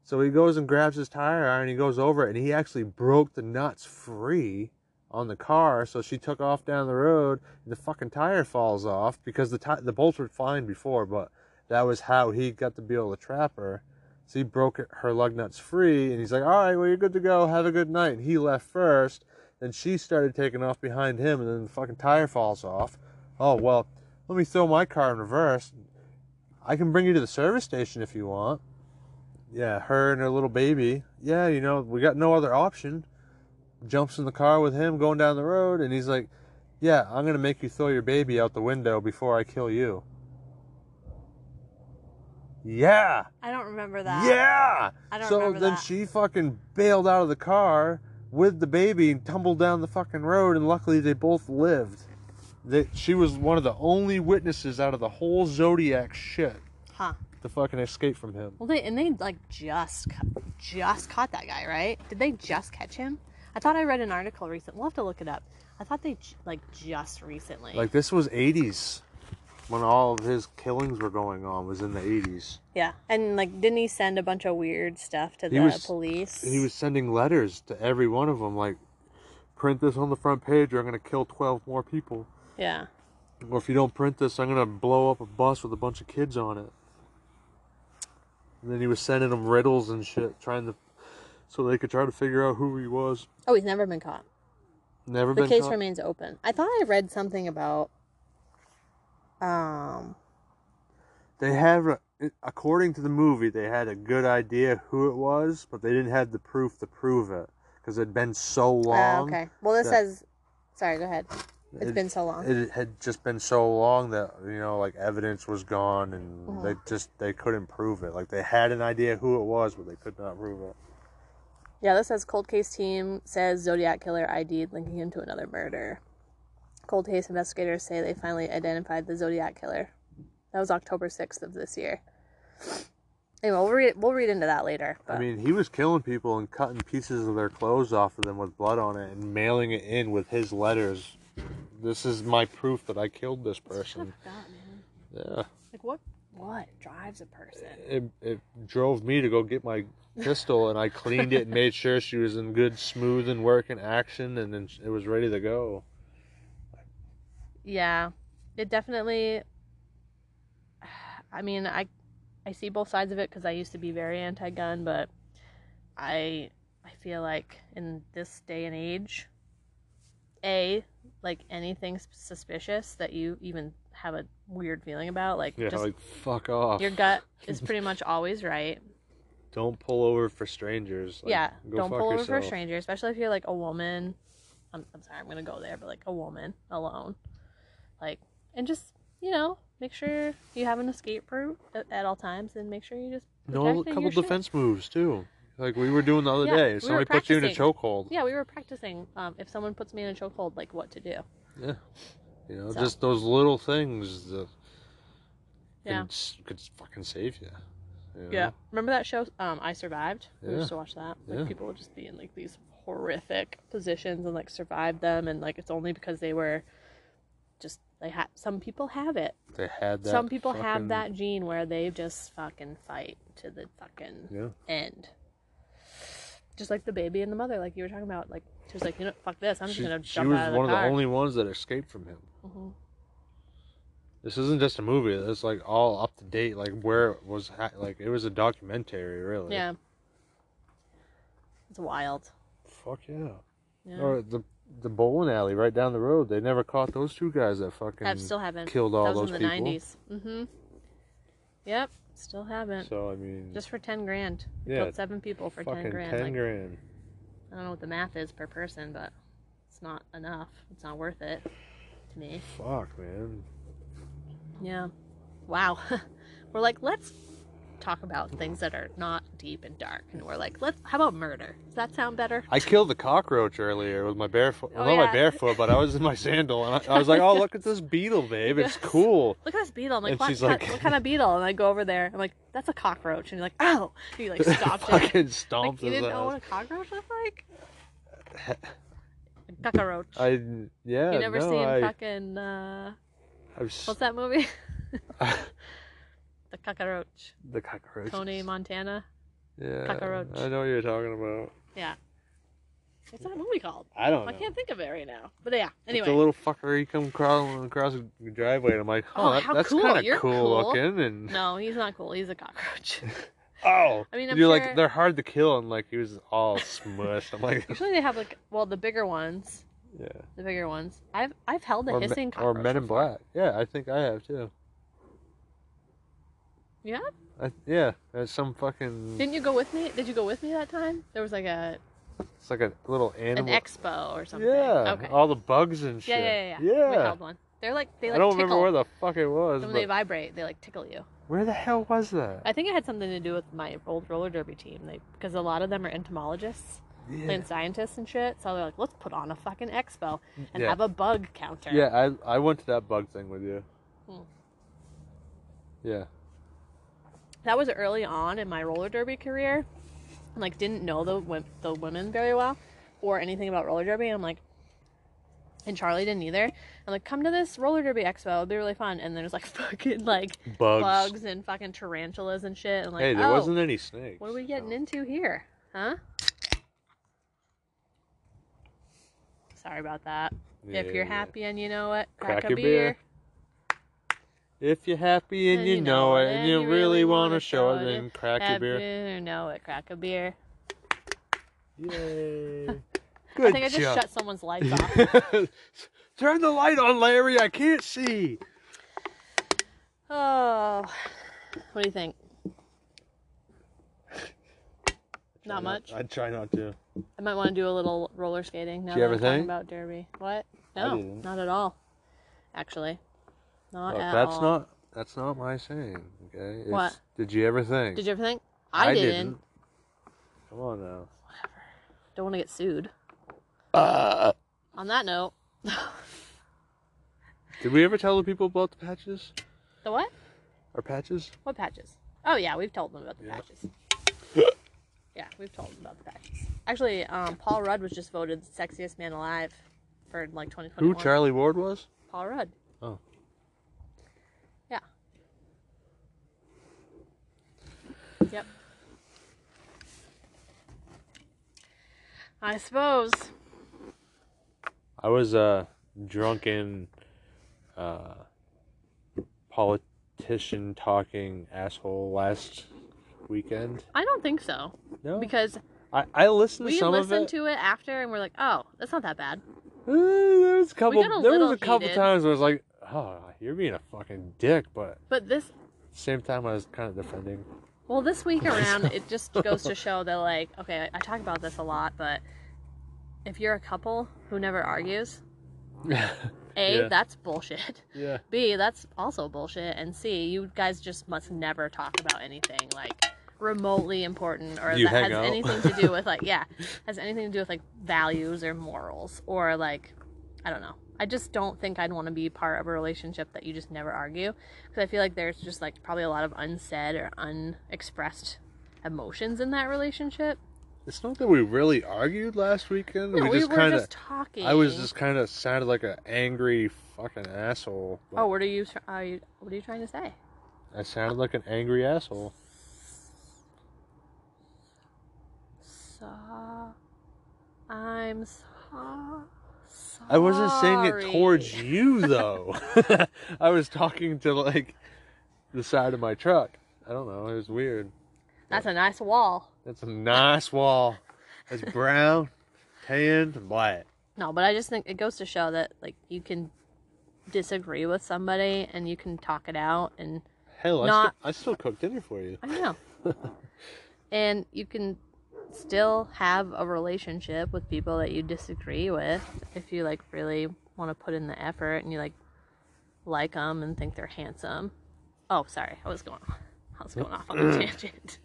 [SPEAKER 2] So he goes and grabs his tire iron, he goes over, it, and he actually broke the nuts free on the car. So she took off down the road, and the fucking tire falls off because the ti- the bolts were fine before, but that was how he got to be able to trap her. So he broke it- her lug nuts free, and he's like, "All right, well you're good to go. Have a good night." And he left first. Then she started taking off behind him, and then the fucking tire falls off. Oh well, let me throw my car in reverse. I can bring you to the service station if you want. Yeah, her and her little baby. Yeah, you know, we got no other option. Jumps in the car with him going down the road, and he's like, Yeah, I'm going to make you throw your baby out the window before I kill you. Yeah!
[SPEAKER 1] I don't remember that.
[SPEAKER 2] Yeah!
[SPEAKER 1] I don't
[SPEAKER 2] so
[SPEAKER 1] remember
[SPEAKER 2] then
[SPEAKER 1] that.
[SPEAKER 2] she fucking bailed out of the car with the baby and tumbled down the fucking road, and luckily they both lived. That she was one of the only witnesses out of the whole Zodiac shit
[SPEAKER 1] Huh.
[SPEAKER 2] to fucking escape from him.
[SPEAKER 1] Well, they and they like just ca- just caught that guy, right? Did they just catch him? I thought I read an article recently. We'll have to look it up. I thought they j- like just recently.
[SPEAKER 2] Like this was 80s when all of his killings were going on was in the 80s.
[SPEAKER 1] yeah, and like didn't he send a bunch of weird stuff to
[SPEAKER 2] He
[SPEAKER 1] the
[SPEAKER 2] was-
[SPEAKER 1] police?
[SPEAKER 2] He was sending letters to every one of them like print this on the front page or I'm going to kill 12 more people.
[SPEAKER 1] yeah.
[SPEAKER 2] Or if you don't print this, I'm going to blow up a bus with a bunch of kids on it. And then he was sending them riddles and shit trying to so they could try to figure out who he was.
[SPEAKER 1] Oh, he's never been caught.
[SPEAKER 2] Never
[SPEAKER 1] The
[SPEAKER 2] been
[SPEAKER 1] case
[SPEAKER 2] caught.
[SPEAKER 1] remains open. I thought I read something about um
[SPEAKER 2] They have a, according to the movie, they had a good idea who it was, but they didn't have the proof to prove it because it had been so
[SPEAKER 1] ah,
[SPEAKER 2] long.
[SPEAKER 1] okay. Well, this
[SPEAKER 2] that-
[SPEAKER 1] says sorry, go ahead. It's
[SPEAKER 2] It-
[SPEAKER 1] been so long.
[SPEAKER 2] It had just been so long that you know, like evidence was gone, and they
[SPEAKER 1] Mm.
[SPEAKER 2] just they couldn't prove it. Like they had an idea who it was, but they could not prove it.
[SPEAKER 1] Yeah, this says cold case team says Zodiac killer ID'd linking him to another murder. Cold case investigators say they finally identified the Zodiac killer. That was October 6th of this year. Anyway, we'll read we'll read into that later. But
[SPEAKER 2] I mean, he was killing people and cutting pieces of their clothes off of them with blood on it and mailing it in with his letters. This is my proof that I killed this person. Yeah,
[SPEAKER 1] Like what what drives a person?
[SPEAKER 2] it, it drove me to go get my pistol, and I cleaned it and made sure she was in good, smooth, and working action, and then it was ready to go.
[SPEAKER 1] Yeah. It definitely I mean, I I see both sides of it cuz I used to be very anti-gun, but I I feel like in this day and age a like anything sp- suspicious that you even have a weird feeling about like
[SPEAKER 2] Yeah,
[SPEAKER 1] just
[SPEAKER 2] like fuck off.
[SPEAKER 1] your gut is pretty much always right.
[SPEAKER 2] Don't pull over for strangers. Like,
[SPEAKER 1] yeah,
[SPEAKER 2] go
[SPEAKER 1] don't
[SPEAKER 2] fuck
[SPEAKER 1] pull over
[SPEAKER 2] yourself.
[SPEAKER 1] for a stranger, especially if you're like a woman. I'm, I'm sorry, I'm gonna go there, but like a woman alone, like, and just you know, make sure you have an escape route at, at all times, and make sure you just
[SPEAKER 2] No, a
[SPEAKER 1] protecting
[SPEAKER 2] couple
[SPEAKER 1] your shit.
[SPEAKER 2] defense moves too. Like we were doing the other
[SPEAKER 1] Yeah, we
[SPEAKER 2] day.
[SPEAKER 1] were
[SPEAKER 2] Somebody puts you in a
[SPEAKER 1] practicing.
[SPEAKER 2] chokehold.
[SPEAKER 1] Yeah, we were practicing. Um, if someone puts me in a chokehold, like what to do.
[SPEAKER 2] Yeah. You know,
[SPEAKER 1] So.
[SPEAKER 2] just those little things that
[SPEAKER 1] Yeah.
[SPEAKER 2] can, s- could s- fucking save you. you know?
[SPEAKER 1] Yeah. Remember that show? Um, I survived. We
[SPEAKER 2] Yeah.
[SPEAKER 1] used to watch that. Like
[SPEAKER 2] Yeah.
[SPEAKER 1] people would just be in like these horrific positions and like survive them, and like it's only because they were, just they had some people have it.
[SPEAKER 2] They had that.
[SPEAKER 1] Some people have
[SPEAKER 2] fucking-
[SPEAKER 1] that gene where they just fucking fight to the fucking
[SPEAKER 2] Yeah.
[SPEAKER 1] end. Just like the baby and the mother, like you were talking about. Like she was like, you know, fuck this. I'm just
[SPEAKER 2] She,
[SPEAKER 1] gonna
[SPEAKER 2] she
[SPEAKER 1] jump
[SPEAKER 2] was
[SPEAKER 1] out of the
[SPEAKER 2] one of
[SPEAKER 1] car.
[SPEAKER 2] the only ones that escaped from him.
[SPEAKER 1] Mhm.
[SPEAKER 2] This isn't just a movie. It's like all up to date. Like where it was ha- like it was a documentary, really.
[SPEAKER 1] Yeah. It's wild.
[SPEAKER 2] Fuck yeah.
[SPEAKER 1] Yeah.
[SPEAKER 2] Or the the bowling alley right down the road. They never caught those two guys that fucking
[SPEAKER 1] I still haven't.
[SPEAKER 2] killed all
[SPEAKER 1] that was
[SPEAKER 2] those
[SPEAKER 1] in the
[SPEAKER 2] people.
[SPEAKER 1] 90s. Mm-hmm. Yep. Still haven't.
[SPEAKER 2] So I mean,
[SPEAKER 1] just for 10 grand. We
[SPEAKER 2] Yeah,
[SPEAKER 1] Killed seven people for
[SPEAKER 2] fucking
[SPEAKER 1] 10 grand. like,
[SPEAKER 2] grand.
[SPEAKER 1] I don't know what the math is per person, but it's not enough. It's not worth it to me.
[SPEAKER 2] Fuck, man.
[SPEAKER 1] Yeah. Wow. we're like, let's talk about things that are not deep and dark. And we're like, let's, how about murder? Does that sound better?
[SPEAKER 2] I killed the cockroach earlier with my barefoot. Well,
[SPEAKER 1] Oh,
[SPEAKER 2] not
[SPEAKER 1] yeah.
[SPEAKER 2] my barefoot, but I was in my sandal, and I, I was like, "Oh, look at this beetle, babe. It's cool."
[SPEAKER 1] Look at this beetle. I'm like,
[SPEAKER 2] And
[SPEAKER 1] what,
[SPEAKER 2] she's
[SPEAKER 1] what-
[SPEAKER 2] like-
[SPEAKER 1] what kind of beetle? And I go over there. I'm like, that's a cockroach. And you're like, oh. And you like stopped it.
[SPEAKER 2] Fucking
[SPEAKER 1] Like,
[SPEAKER 2] stomped
[SPEAKER 1] you
[SPEAKER 2] his
[SPEAKER 1] didn't know what
[SPEAKER 2] ass.
[SPEAKER 1] a cockroach looked like? A cockroach.
[SPEAKER 2] I yeah.
[SPEAKER 1] you never
[SPEAKER 2] no,
[SPEAKER 1] seen
[SPEAKER 2] I,
[SPEAKER 1] fucking, uh,
[SPEAKER 2] I've s-
[SPEAKER 1] what's that movie? the cockroach.
[SPEAKER 2] the cockroach.
[SPEAKER 1] Tony Montana.
[SPEAKER 2] Yeah.
[SPEAKER 1] cockroach.
[SPEAKER 2] I know what you're talking about.
[SPEAKER 1] Yeah. What's that movie called?
[SPEAKER 2] I don't
[SPEAKER 1] I
[SPEAKER 2] know.
[SPEAKER 1] can't think of it right now. But yeah,
[SPEAKER 2] It's
[SPEAKER 1] anyway.
[SPEAKER 2] a little fucker. He come crawling across the driveway, and I'm like, "Oh,
[SPEAKER 1] Oh,
[SPEAKER 2] that,
[SPEAKER 1] how
[SPEAKER 2] that's
[SPEAKER 1] cool.
[SPEAKER 2] kind
[SPEAKER 1] You're
[SPEAKER 2] of cool,
[SPEAKER 1] cool."
[SPEAKER 2] looking." And
[SPEAKER 1] No, he's not cool. He's a cockroach.
[SPEAKER 2] oh,
[SPEAKER 1] I mean, I'm
[SPEAKER 2] you're
[SPEAKER 1] sure-
[SPEAKER 2] like they're hard to kill, and like he was all smushed. I'm like,
[SPEAKER 1] Usually they have like, well, the bigger ones,
[SPEAKER 2] yeah.
[SPEAKER 1] the bigger ones. I've I've held a
[SPEAKER 2] or, me-
[SPEAKER 1] hissing
[SPEAKER 2] or
[SPEAKER 1] cockroach.
[SPEAKER 2] Men in
[SPEAKER 1] before.
[SPEAKER 2] Black. Yeah, I think I have too.
[SPEAKER 1] Yeah.
[SPEAKER 2] I, yeah, there's some fucking.
[SPEAKER 1] Didn't you go with me? Did you go with me that time? There was like a
[SPEAKER 2] It's like a little
[SPEAKER 1] an
[SPEAKER 2] animal.
[SPEAKER 1] expo or something.
[SPEAKER 2] yeah,
[SPEAKER 1] Okay.
[SPEAKER 2] all the bugs and shit.
[SPEAKER 1] yeah, yeah, yeah, We held one. They're like they like
[SPEAKER 2] I don't
[SPEAKER 1] tickle.
[SPEAKER 2] remember where the fuck it was.
[SPEAKER 1] when
[SPEAKER 2] But
[SPEAKER 1] they vibrate, they like tickle you.
[SPEAKER 2] where the hell was that?
[SPEAKER 1] I think it had something to do with my old roller derby team. They because a lot of them are entomologists
[SPEAKER 2] yeah.
[SPEAKER 1] and scientists and shit. So they're like, let's put on a fucking expo and
[SPEAKER 2] Yeah.
[SPEAKER 1] have a bug counter.
[SPEAKER 2] yeah, I I went to that bug thing with you.
[SPEAKER 1] Hmm.
[SPEAKER 2] Yeah.
[SPEAKER 1] that was early on in my roller derby career. And, like didn't know the wo- the women very well or anything about roller derby. And I'm like, and Charlie didn't either. I'm like, come to this roller derby expo. It'll be really fun. And there's like fucking like
[SPEAKER 2] Bugs.
[SPEAKER 1] bugs, and fucking tarantulas and shit. And like,
[SPEAKER 2] hey, there
[SPEAKER 1] oh,
[SPEAKER 2] wasn't any snakes.
[SPEAKER 1] what are we getting
[SPEAKER 2] so-
[SPEAKER 1] into here, huh? Sorry about that. if you're
[SPEAKER 2] Yeah.
[SPEAKER 1] happy and you know it, crack,
[SPEAKER 2] Crack
[SPEAKER 1] a
[SPEAKER 2] your
[SPEAKER 1] beer.
[SPEAKER 2] beer. If you're happy and, you, know it, and you really want
[SPEAKER 1] wanna
[SPEAKER 2] to show
[SPEAKER 1] show
[SPEAKER 2] it,
[SPEAKER 1] it,
[SPEAKER 2] then crack your
[SPEAKER 1] Happy
[SPEAKER 2] beer.
[SPEAKER 1] or know it, crack a beer.
[SPEAKER 2] Yay.
[SPEAKER 1] I
[SPEAKER 2] Good
[SPEAKER 1] think I just
[SPEAKER 2] job.
[SPEAKER 1] shut someone's lights off.
[SPEAKER 2] Turn the light on, Larry. I can't see.
[SPEAKER 1] Oh, what do you think? Not much.
[SPEAKER 2] I try not to.
[SPEAKER 1] I might want to do a little roller skating now
[SPEAKER 2] Do you
[SPEAKER 1] that
[SPEAKER 2] ever
[SPEAKER 1] I'm talking
[SPEAKER 2] think?
[SPEAKER 1] about derby. What?
[SPEAKER 2] I
[SPEAKER 1] No,
[SPEAKER 2] didn't.
[SPEAKER 1] not at all. Actually, not
[SPEAKER 2] Look,
[SPEAKER 1] at
[SPEAKER 2] that's
[SPEAKER 1] all.
[SPEAKER 2] not that's not my saying. Okay. It's,
[SPEAKER 1] What?
[SPEAKER 2] Did you ever think?
[SPEAKER 1] Did you ever think? I, didn't.
[SPEAKER 2] Come on now.
[SPEAKER 1] Don't want to get sued. On that note,
[SPEAKER 2] Did we ever tell the people about the patches?
[SPEAKER 1] the what?
[SPEAKER 2] Our patches?
[SPEAKER 1] What patches? Oh yeah, we've told them about the
[SPEAKER 2] Yeah.
[SPEAKER 1] patches. yeah, we've told them about the patches. Actually, um, Paul Rudd was just voted sexiest man alive for like 2021.
[SPEAKER 2] Who Charlie Ward was?
[SPEAKER 1] Paul Rudd.
[SPEAKER 2] Oh.
[SPEAKER 1] Yeah. Yep. I suppose.
[SPEAKER 2] I was uh drunk in uh politician talking asshole last weekend.
[SPEAKER 1] I don't think so
[SPEAKER 2] No.
[SPEAKER 1] because
[SPEAKER 2] I, I listened to
[SPEAKER 1] we
[SPEAKER 2] some Oh. of
[SPEAKER 1] listened
[SPEAKER 2] it.
[SPEAKER 1] to it after and we're like, oh, that's not that bad.
[SPEAKER 2] Uh, there was a couple
[SPEAKER 1] got a
[SPEAKER 2] there
[SPEAKER 1] little
[SPEAKER 2] was a couple
[SPEAKER 1] heated.
[SPEAKER 2] times where I was like, Oh, you're being a fucking dick, but at
[SPEAKER 1] But this
[SPEAKER 2] the same time I was kinda defending.
[SPEAKER 1] Well, this week around, it just goes to show that, like, okay, I talk about this a lot, but if you're a couple who never argues, A,
[SPEAKER 2] Yeah.
[SPEAKER 1] that's bullshit.
[SPEAKER 2] yeah.
[SPEAKER 1] B, that's also bullshit. And C, you guys just must never talk about anything, like, remotely important or
[SPEAKER 2] You
[SPEAKER 1] that has
[SPEAKER 2] hang out.
[SPEAKER 1] anything to do with, like, yeah, has anything to do with, like, values or morals or, like, I don't know. I just don't think I'd want to be part of a relationship that you just never argue because I feel like there's just like probably a lot of unsaid or unexpressed emotions in that relationship.
[SPEAKER 2] It's not that we really argued last weekend.
[SPEAKER 1] No, we,
[SPEAKER 2] we just
[SPEAKER 1] were
[SPEAKER 2] kinda
[SPEAKER 1] just talking.
[SPEAKER 2] I was just kinda sounded like an angry fucking asshole. but
[SPEAKER 1] Oh, what are you? tr- Are you? What are you trying to say?
[SPEAKER 2] I sounded like an angry asshole.
[SPEAKER 1] So, I'm so, sorry.
[SPEAKER 2] I wasn't saying it towards you though. I was talking to like the side of my truck. I don't know. It was weird.
[SPEAKER 1] That's a nice wall.
[SPEAKER 2] That's a nice wall. It's brown, tan, and black.
[SPEAKER 1] No, but I just think it goes to show that like you can disagree with somebody and you can talk it out and
[SPEAKER 2] Hell,
[SPEAKER 1] Not-
[SPEAKER 2] I, still, I still cooked dinner for you.
[SPEAKER 1] I know. and you can still have a relationship with people that you disagree with if you like really want to put in the effort and you like like them and think they're handsome. Oh, sorry, I was going I was going off on a tangent.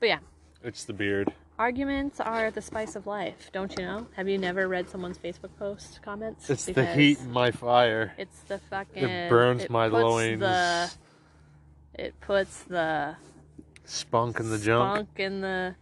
[SPEAKER 1] but yeah,
[SPEAKER 2] It's the beard.
[SPEAKER 1] arguments are the spice of life, don't you know? Have you never read someone's Facebook post comments?
[SPEAKER 2] It's the heat in my fire.
[SPEAKER 1] It's the fucking.
[SPEAKER 2] It burns my
[SPEAKER 1] puts
[SPEAKER 2] loins.
[SPEAKER 1] The, it puts the
[SPEAKER 2] Spunk in the junk.
[SPEAKER 1] Spunk in the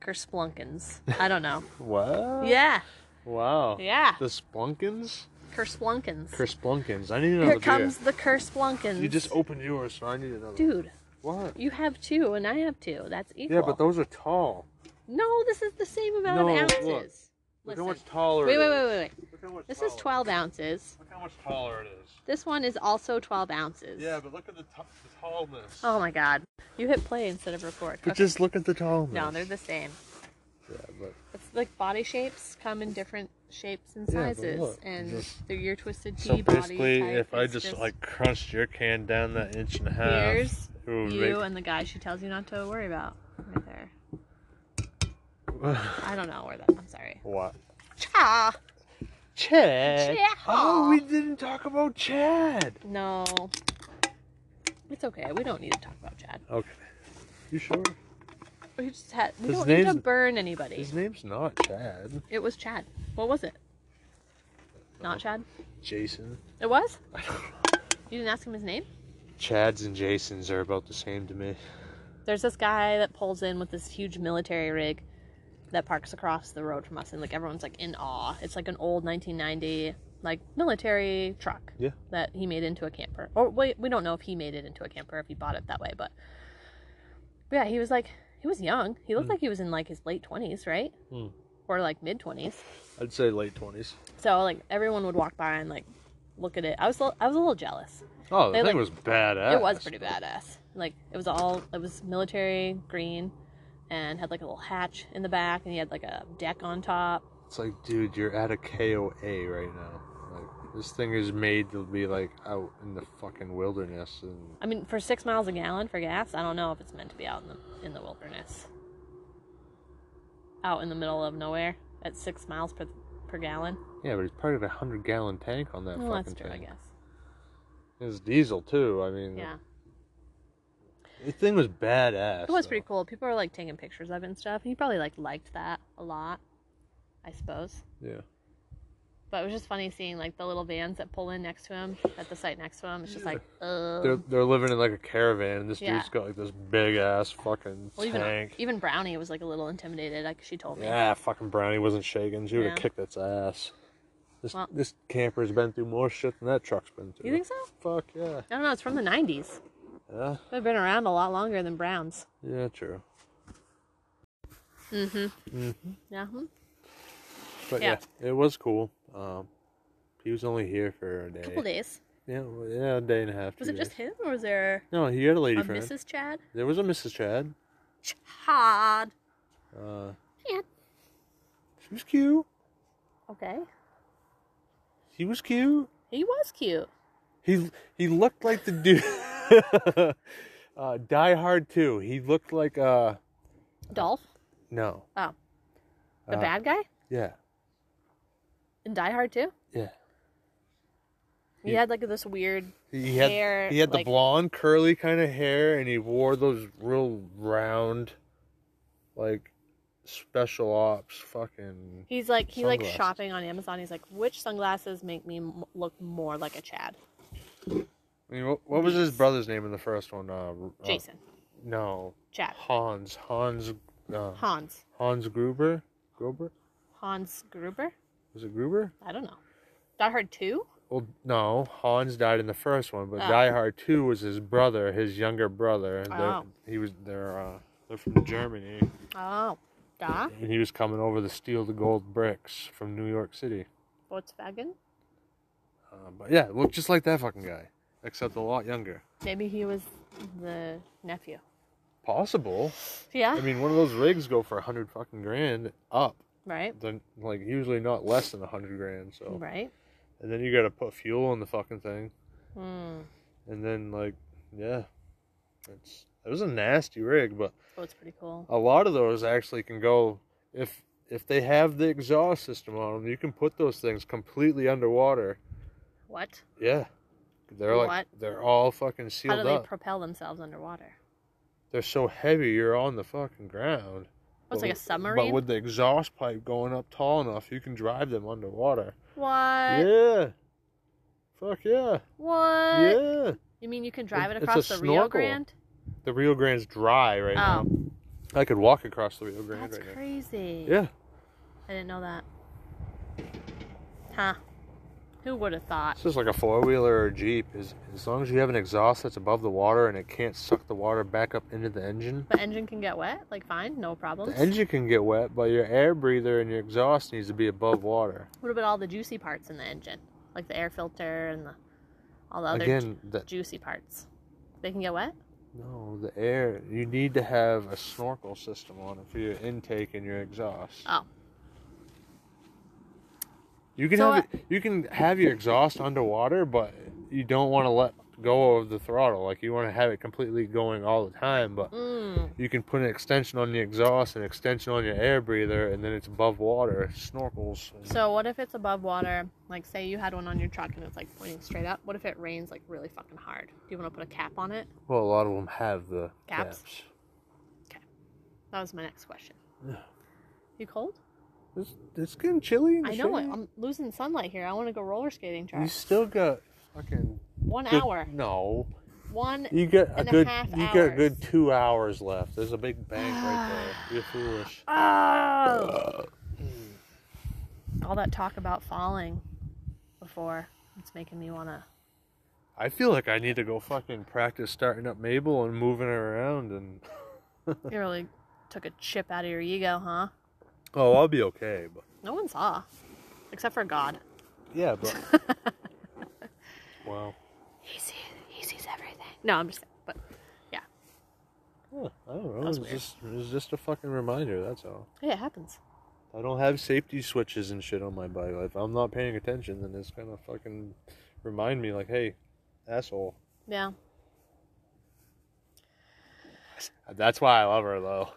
[SPEAKER 1] kersplunkins. I don't know.
[SPEAKER 2] What?
[SPEAKER 1] yeah,
[SPEAKER 2] Wow.
[SPEAKER 1] Yeah.
[SPEAKER 2] The spunkins?
[SPEAKER 1] kersplunkins.
[SPEAKER 2] Kersplunkins. I need another
[SPEAKER 1] Here comes the kersplunkins.
[SPEAKER 2] beer. You just opened yours, so I need another.
[SPEAKER 1] dude.
[SPEAKER 2] What?
[SPEAKER 1] You have two and I have two. That's equal.
[SPEAKER 2] Yeah, but those are tall.
[SPEAKER 1] no, this is the same amount
[SPEAKER 2] No,
[SPEAKER 1] of
[SPEAKER 2] look.
[SPEAKER 1] ounces.
[SPEAKER 2] Look
[SPEAKER 1] Listen.
[SPEAKER 2] how much taller
[SPEAKER 1] Wait,
[SPEAKER 2] it
[SPEAKER 1] wait,
[SPEAKER 2] is.
[SPEAKER 1] wait, wait, wait.
[SPEAKER 2] Look how much
[SPEAKER 1] This
[SPEAKER 2] taller.
[SPEAKER 1] is 12 ounces.
[SPEAKER 2] Look how much taller it is.
[SPEAKER 1] This one is also 12 ounces.
[SPEAKER 2] Yeah, but look at the, t- the tallness.
[SPEAKER 1] Oh my god. You hit play instead of record.
[SPEAKER 2] But
[SPEAKER 1] Okay.
[SPEAKER 2] just look at the tallness.
[SPEAKER 1] No, they're the same.
[SPEAKER 2] Yeah, but
[SPEAKER 1] It's like body shapes come in different shapes and
[SPEAKER 2] Yeah, but
[SPEAKER 1] sizes,
[SPEAKER 2] look,
[SPEAKER 1] and
[SPEAKER 2] just-
[SPEAKER 1] they're your twisted tea
[SPEAKER 2] so
[SPEAKER 1] body
[SPEAKER 2] basically,
[SPEAKER 1] type
[SPEAKER 2] if I
[SPEAKER 1] is
[SPEAKER 2] just, like crunched your can down that inch and a half,
[SPEAKER 1] Here's
[SPEAKER 2] it would
[SPEAKER 1] you and the guy she tells you not to worry about right there.
[SPEAKER 2] make
[SPEAKER 1] I don't know where that. I'm sorry.
[SPEAKER 2] what?
[SPEAKER 1] Cha.
[SPEAKER 2] Chad.
[SPEAKER 1] Chad.
[SPEAKER 2] Oh, we didn't talk about Chad.
[SPEAKER 1] No. It's okay. We don't need to talk about Chad.
[SPEAKER 2] Okay. You sure?
[SPEAKER 1] We just had. We
[SPEAKER 2] His
[SPEAKER 1] don't need to
[SPEAKER 2] name's-
[SPEAKER 1] burn anybody.
[SPEAKER 2] His name's not Chad.
[SPEAKER 1] It was Chad. What was it? Not Chad.
[SPEAKER 2] Jason.
[SPEAKER 1] It was.
[SPEAKER 2] I don't know.
[SPEAKER 1] You didn't ask him his name.
[SPEAKER 2] Chads and Jasons are about the same to me.
[SPEAKER 1] There's this guy that pulls in with this huge military rig that parks across the road from us, and like everyone's like in awe. It's like an old 1990 like military truck
[SPEAKER 2] Yeah.
[SPEAKER 1] that he made into a camper. Or wait, we don't know if he made it into a camper if he bought it that way, but, but yeah, he was like he was young. He looked like he was in like his late 20s, right?
[SPEAKER 2] Mm.
[SPEAKER 1] Or like mid 20s.
[SPEAKER 2] I'd say late 20s.
[SPEAKER 1] So like everyone would walk by and like look at it. I was a- I was a little jealous.
[SPEAKER 2] Oh, the
[SPEAKER 1] They,
[SPEAKER 2] thing
[SPEAKER 1] like-
[SPEAKER 2] was badass.
[SPEAKER 1] It was pretty badass. Like it was all it was military green, and had like a little hatch in the back, and he had like a deck on top.
[SPEAKER 2] It's like, dude, you're at a KOA right now. Like, this thing is made to be like out in the fucking wilderness, and
[SPEAKER 1] I mean, for six miles a gallon for gas, I don't know if it's meant to be out in the in the wilderness, out in the middle of nowhere at six miles per per gallon.
[SPEAKER 2] yeah, but it's part of a hundred gallon tank on that
[SPEAKER 1] Well,
[SPEAKER 2] fucking
[SPEAKER 1] that's true, I
[SPEAKER 2] thing.
[SPEAKER 1] guess.
[SPEAKER 2] It's diesel too. I mean,
[SPEAKER 1] Yeah,
[SPEAKER 2] the thing was badass.
[SPEAKER 1] it was
[SPEAKER 2] though.
[SPEAKER 1] pretty cool. People were like taking pictures of it and stuff. He probably like liked that a lot, I suppose.
[SPEAKER 2] Yeah,
[SPEAKER 1] But it was just funny seeing like the little vans that pull in next to him at the site next to him. It's just like,
[SPEAKER 2] They're,
[SPEAKER 1] ugh.
[SPEAKER 2] they're living in like a caravan, and this
[SPEAKER 1] Yeah.
[SPEAKER 2] dude's got like this big ass fucking
[SPEAKER 1] Well, even,
[SPEAKER 2] tank.
[SPEAKER 1] even Brownie was like a little intimidated, like she told me.
[SPEAKER 2] yeah, fucking Brownie wasn't shaking. She would
[SPEAKER 1] Yeah.
[SPEAKER 2] have kicked its ass. This
[SPEAKER 1] Well-
[SPEAKER 2] this camper's been through more shit than that truck's been through.
[SPEAKER 1] You think so?
[SPEAKER 2] Fuck yeah.
[SPEAKER 1] I don't know. It's from the 90s.
[SPEAKER 2] Yeah,
[SPEAKER 1] They've been around a lot longer than Browns.
[SPEAKER 2] yeah, true.
[SPEAKER 1] Yeah. hmm.
[SPEAKER 2] But
[SPEAKER 1] Yeah.
[SPEAKER 2] yeah, it was cool. Um, he was only here for a day.
[SPEAKER 1] Couple days.
[SPEAKER 2] Yeah, well, yeah, a day and a half.
[SPEAKER 1] Was
[SPEAKER 2] two
[SPEAKER 1] it just
[SPEAKER 2] days.
[SPEAKER 1] him or was there
[SPEAKER 2] No, he had a lady
[SPEAKER 1] a
[SPEAKER 2] friend.
[SPEAKER 1] Mrs. Chad?
[SPEAKER 2] There was a Mrs. Chad.
[SPEAKER 1] Chad.
[SPEAKER 2] Uh,
[SPEAKER 1] Chad.
[SPEAKER 2] she was cute.
[SPEAKER 1] Okay.
[SPEAKER 2] He was cute.
[SPEAKER 1] He was cute.
[SPEAKER 2] Uh-huh. He he looked like the dude. uh, Die Hard too. He looked like uh
[SPEAKER 1] Dolph,
[SPEAKER 2] no.
[SPEAKER 1] Oh. the
[SPEAKER 2] Uh,
[SPEAKER 1] bad guy
[SPEAKER 2] Yeah,
[SPEAKER 1] in Die Hard too.
[SPEAKER 2] yeah.
[SPEAKER 1] He
[SPEAKER 2] Yeah.
[SPEAKER 1] had like this weird.
[SPEAKER 2] He had
[SPEAKER 1] Hair,
[SPEAKER 2] he had
[SPEAKER 1] like-
[SPEAKER 2] the blonde curly kind of hair, and he wore those real round, like special ops fucking.
[SPEAKER 1] He's like he like
[SPEAKER 2] Sunglasses.
[SPEAKER 1] shopping on Amazon. He's like, which sunglasses make me m- look more like a Chad?
[SPEAKER 2] I mean, what, what was his brother's name in the first one? Uh, uh,
[SPEAKER 1] Jason,
[SPEAKER 2] No,
[SPEAKER 1] Chad,
[SPEAKER 2] Hans. Hans. Uh,
[SPEAKER 1] Hans,
[SPEAKER 2] Hans Gruber. Gruber.
[SPEAKER 1] Hans Gruber.
[SPEAKER 2] Was it Gruber?
[SPEAKER 1] I don't know. Die Hard two.
[SPEAKER 2] Well, no, Hans died in the first one, but
[SPEAKER 1] Oh.
[SPEAKER 2] Die Hard Two was his brother, his younger brother. and they're-
[SPEAKER 1] Oh.
[SPEAKER 2] He was they're uh, they're from Germany,
[SPEAKER 1] Oh, da
[SPEAKER 2] and he was coming over to steal the gold bricks from New York City.
[SPEAKER 1] Volkswagen.
[SPEAKER 2] Uh, but yeah, looked just like that fucking guy, except a lot younger.
[SPEAKER 1] Maybe he was the nephew.
[SPEAKER 2] Possible.
[SPEAKER 1] Yeah.
[SPEAKER 2] I mean, one of those rigs go for a hundred fucking grand up.
[SPEAKER 1] right.
[SPEAKER 2] Then like usually not less than a hundred grand. So
[SPEAKER 1] Right.
[SPEAKER 2] and then you got to put fuel in the fucking thing,
[SPEAKER 1] Hmm.
[SPEAKER 2] and then like yeah, it's it was a nasty rig, but.
[SPEAKER 1] Oh, it's pretty cool.
[SPEAKER 2] a lot of those actually can go if if they have the exhaust system on them you can put those things completely underwater
[SPEAKER 1] What?
[SPEAKER 2] yeah they're like
[SPEAKER 1] What?
[SPEAKER 2] they're all fucking
[SPEAKER 1] How
[SPEAKER 2] sealed
[SPEAKER 1] do they
[SPEAKER 2] up
[SPEAKER 1] propel themselves underwater?
[SPEAKER 2] they're so heavy you're on the fucking ground
[SPEAKER 1] Oh, it's like a
[SPEAKER 2] But-
[SPEAKER 1] submarine.
[SPEAKER 2] but with the exhaust pipe going up tall enough you can drive them underwater
[SPEAKER 1] What?
[SPEAKER 2] yeah fuck yeah
[SPEAKER 1] What?
[SPEAKER 2] yeah
[SPEAKER 1] You mean you can drive it
[SPEAKER 2] It's a
[SPEAKER 1] across the Rio
[SPEAKER 2] snorkel.
[SPEAKER 1] Grande?
[SPEAKER 2] the rio grande's dry right now
[SPEAKER 1] Oh,
[SPEAKER 2] i could walk across the rio grande
[SPEAKER 1] that's
[SPEAKER 2] right
[SPEAKER 1] crazy.
[SPEAKER 2] now yeah
[SPEAKER 1] I didn't know that. Huh. Who would have thought?
[SPEAKER 2] It's just like a four wheeler or a jeep. As, as long as you have an exhaust that's above the water and it can't suck the water back up into the engine,
[SPEAKER 1] The engine can get wet? Like, fine, no
[SPEAKER 2] the
[SPEAKER 1] problems.
[SPEAKER 2] engine can get wet, but your air breather and your exhaust needs to be above water.
[SPEAKER 1] what about all the juicy parts in the engine? Like the air filter and the, all the other ju-
[SPEAKER 2] Again, that
[SPEAKER 1] juicy parts. They can get wet?
[SPEAKER 2] no, the air. You need to have a snorkel system on it for your intake and your exhaust.
[SPEAKER 1] Oh.
[SPEAKER 2] You can
[SPEAKER 1] So
[SPEAKER 2] have you can have your exhaust underwater, but you don't want to let go of the throttle. Like you want to have it completely going all the time, but
[SPEAKER 1] Mm.
[SPEAKER 2] you can put an extension on the exhaust, an extension on your air breather, and then it's above water. It snorkels.
[SPEAKER 1] So, what if it's above water? Like, say you had one on your truck and it's like pointing straight up. What if it rains like really fucking hard? Do you want to put a cap on it?
[SPEAKER 2] well, a lot of them have the
[SPEAKER 1] Caps?
[SPEAKER 2] caps.
[SPEAKER 1] That was my next question.
[SPEAKER 2] Yeah.
[SPEAKER 1] You cold?
[SPEAKER 2] It's, it's getting chilly. In the
[SPEAKER 1] I know it. Oh
[SPEAKER 2] shade.
[SPEAKER 1] I'm losing sunlight here. I want to go roller skating,
[SPEAKER 2] You
[SPEAKER 1] Charles.
[SPEAKER 2] still got fucking
[SPEAKER 1] One
[SPEAKER 2] good-
[SPEAKER 1] hour.
[SPEAKER 2] No,
[SPEAKER 1] One.
[SPEAKER 2] you got a
[SPEAKER 1] And a
[SPEAKER 2] good.
[SPEAKER 1] half
[SPEAKER 2] you got a
[SPEAKER 1] hours.
[SPEAKER 2] good two hours left. There's a big bank right there. You're foolish.
[SPEAKER 1] Oh! All that talk about falling before. It's making me want to.
[SPEAKER 2] I feel like I need to go fucking practice starting up Mabel and moving her around. And
[SPEAKER 1] You really took a chip out of your ego, huh?
[SPEAKER 2] oh, I'll be okay. But
[SPEAKER 1] No one saw. Except for God.
[SPEAKER 2] yeah, but wow.
[SPEAKER 1] He sees, he sees everything. No, I'm just. But
[SPEAKER 2] Huh, I don't know.
[SPEAKER 1] That was
[SPEAKER 2] It's
[SPEAKER 1] weird.
[SPEAKER 2] just it's just a fucking reminder. That's all.
[SPEAKER 1] hey, it happens.
[SPEAKER 2] I don't have safety switches and shit on my bike. Like, If I'm not paying attention, then it's gonna fucking remind me, like, hey, asshole.
[SPEAKER 1] Yeah.
[SPEAKER 2] That's why I love her though.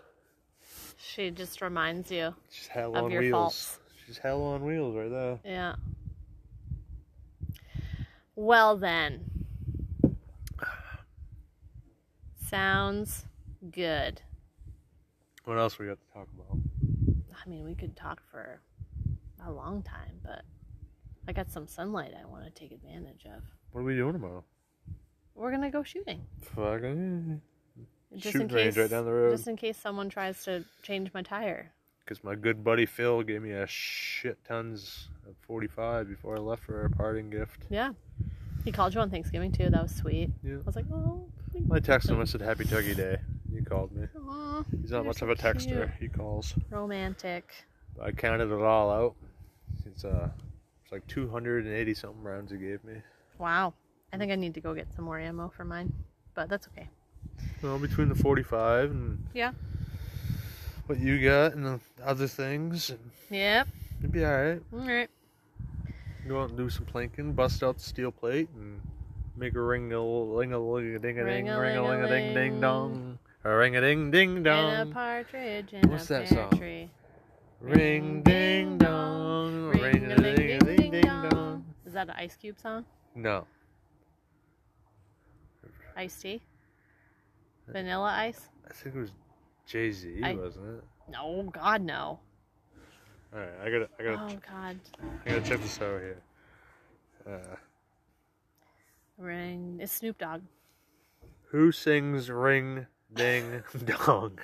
[SPEAKER 1] She just reminds you.
[SPEAKER 2] She's hell
[SPEAKER 1] Of
[SPEAKER 2] on
[SPEAKER 1] your
[SPEAKER 2] wheels.
[SPEAKER 1] faults.
[SPEAKER 2] She's hell on wheels right there.
[SPEAKER 1] Yeah. Well then. Sounds good.
[SPEAKER 2] What else we got to talk about?
[SPEAKER 1] I mean, we could talk for a long time, but I got some sunlight I want to take advantage of.
[SPEAKER 2] What are we doing tomorrow?
[SPEAKER 1] We're gonna go shooting.
[SPEAKER 2] Fucking
[SPEAKER 1] Just in
[SPEAKER 2] Shooting range
[SPEAKER 1] case,
[SPEAKER 2] right down the road.
[SPEAKER 1] Just in case someone tries to change my tire.
[SPEAKER 2] because my good buddy Phil gave me a shit tons of 45 before I left for our parting gift.
[SPEAKER 1] Yeah. He called you on Thanksgiving too. That was sweet.
[SPEAKER 2] Yeah.
[SPEAKER 1] I was like, oh.
[SPEAKER 2] I texted him. I said Happy Turkey Day. He called me.
[SPEAKER 1] Aw,
[SPEAKER 2] He's not
[SPEAKER 1] you're
[SPEAKER 2] much
[SPEAKER 1] so
[SPEAKER 2] of a texter.
[SPEAKER 1] cute.
[SPEAKER 2] He calls.
[SPEAKER 1] Romantic.
[SPEAKER 2] I counted it all out. It's uh, it's like 280 something rounds he gave me.
[SPEAKER 1] Wow. I think I need to go get some more ammo for mine, but that's okay.
[SPEAKER 2] Well, between the 45 and
[SPEAKER 1] Yeah.
[SPEAKER 2] what you got and the other things, and
[SPEAKER 1] Yep.
[SPEAKER 2] it'd be all right.
[SPEAKER 1] All right.
[SPEAKER 2] Go out and do some planking, bust out the steel plate, and make a ring a ling a ling a ding a ding ring a ling a ding ding
[SPEAKER 1] Ring-a-ling-a-ling.
[SPEAKER 2] dong, a ring a ding ding
[SPEAKER 1] And a
[SPEAKER 2] dong,
[SPEAKER 1] partridge in
[SPEAKER 2] What's
[SPEAKER 1] a
[SPEAKER 2] that
[SPEAKER 1] pear
[SPEAKER 2] song?
[SPEAKER 1] tree.
[SPEAKER 2] ring ding dong, ring a ding a ding ding dong.
[SPEAKER 1] Is that an Ice Cube song?
[SPEAKER 2] No,
[SPEAKER 1] Ice tea? Vanilla ice?
[SPEAKER 2] I think it was Jay Z,
[SPEAKER 1] I-
[SPEAKER 2] wasn't it?
[SPEAKER 1] No, God, no.
[SPEAKER 2] All right, I gotta, I gotta,
[SPEAKER 1] Oh, God.
[SPEAKER 2] I gotta check this out here. Uh,
[SPEAKER 1] Ring. It's Snoop Dogg.
[SPEAKER 2] Who sings Ring Ding Dong?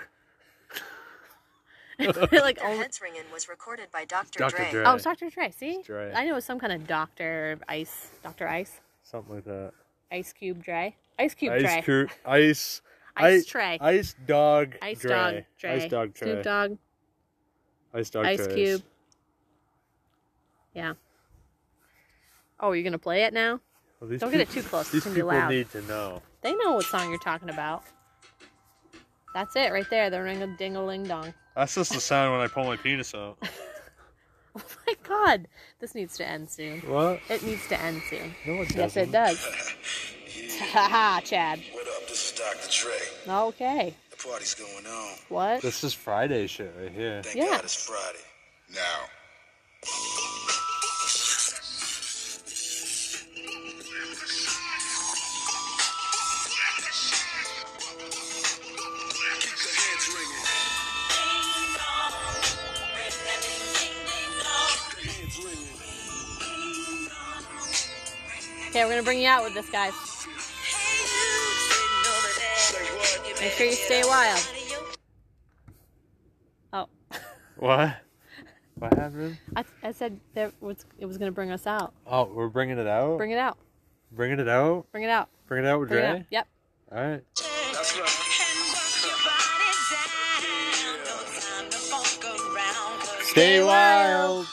[SPEAKER 1] like,
[SPEAKER 3] Their
[SPEAKER 1] only...
[SPEAKER 3] heads ringing was recorded by Dr.
[SPEAKER 2] Dr.
[SPEAKER 3] Dre.
[SPEAKER 2] Dre.
[SPEAKER 1] Oh, it's Dr. Dre. See?
[SPEAKER 2] Dre.
[SPEAKER 1] I know it's some kind of Dr. Ice. Dr. Ice?
[SPEAKER 2] Something like that.
[SPEAKER 1] Ice Cube Dre? Ice Cube Dre.
[SPEAKER 2] Ice, cur- ice,
[SPEAKER 1] Ice
[SPEAKER 2] i-
[SPEAKER 1] Tray.
[SPEAKER 2] ice dog,
[SPEAKER 1] Ice
[SPEAKER 2] Dre.
[SPEAKER 1] Dog Dre.
[SPEAKER 2] ice dog, Dre.
[SPEAKER 1] Snoop Dogg.
[SPEAKER 2] ice dog,
[SPEAKER 1] Ice
[SPEAKER 2] Dre's.
[SPEAKER 1] Cube. Yeah. Oh, you're going to play it now?
[SPEAKER 2] Well, these
[SPEAKER 1] Don't get it
[SPEAKER 2] peop-
[SPEAKER 1] too close, it's
[SPEAKER 2] These
[SPEAKER 1] gonna be
[SPEAKER 2] people
[SPEAKER 1] loud.
[SPEAKER 2] need to know.
[SPEAKER 1] They know what song you're talking about. That's it right there. The ring a ding a ling dong.
[SPEAKER 2] That's just the sound when I pull my penis out.
[SPEAKER 1] Oh my god. This needs to end soon.
[SPEAKER 2] What?
[SPEAKER 1] It needs to end soon.
[SPEAKER 2] No, it
[SPEAKER 1] Yes,
[SPEAKER 2] doesn't.
[SPEAKER 1] it does. Haha, Chad.
[SPEAKER 4] What up? This is Dr. Dre.
[SPEAKER 1] Okay.
[SPEAKER 4] The party's going on.
[SPEAKER 1] What?
[SPEAKER 2] This is Friday shit right here.
[SPEAKER 4] Thank
[SPEAKER 1] Yeah.
[SPEAKER 4] God it's Friday. Now. Keep the heads ringing. Keep the heads ringing.
[SPEAKER 1] Okay, we're gonna bring you out with this, guys.
[SPEAKER 4] Say what?
[SPEAKER 1] Make sure you stay wild. Oh,
[SPEAKER 2] What? What happened?
[SPEAKER 1] I, I said there was, it was gonna bring us out.
[SPEAKER 2] Oh, we're bringing it out.
[SPEAKER 1] Bring it out.
[SPEAKER 2] bringing it out.
[SPEAKER 1] Bring it out.
[SPEAKER 2] Bring it out with
[SPEAKER 1] Bring it out.
[SPEAKER 2] Dre.
[SPEAKER 1] Yep.
[SPEAKER 2] All right.
[SPEAKER 4] That's right.
[SPEAKER 2] Stay
[SPEAKER 3] wild.
[SPEAKER 2] wild.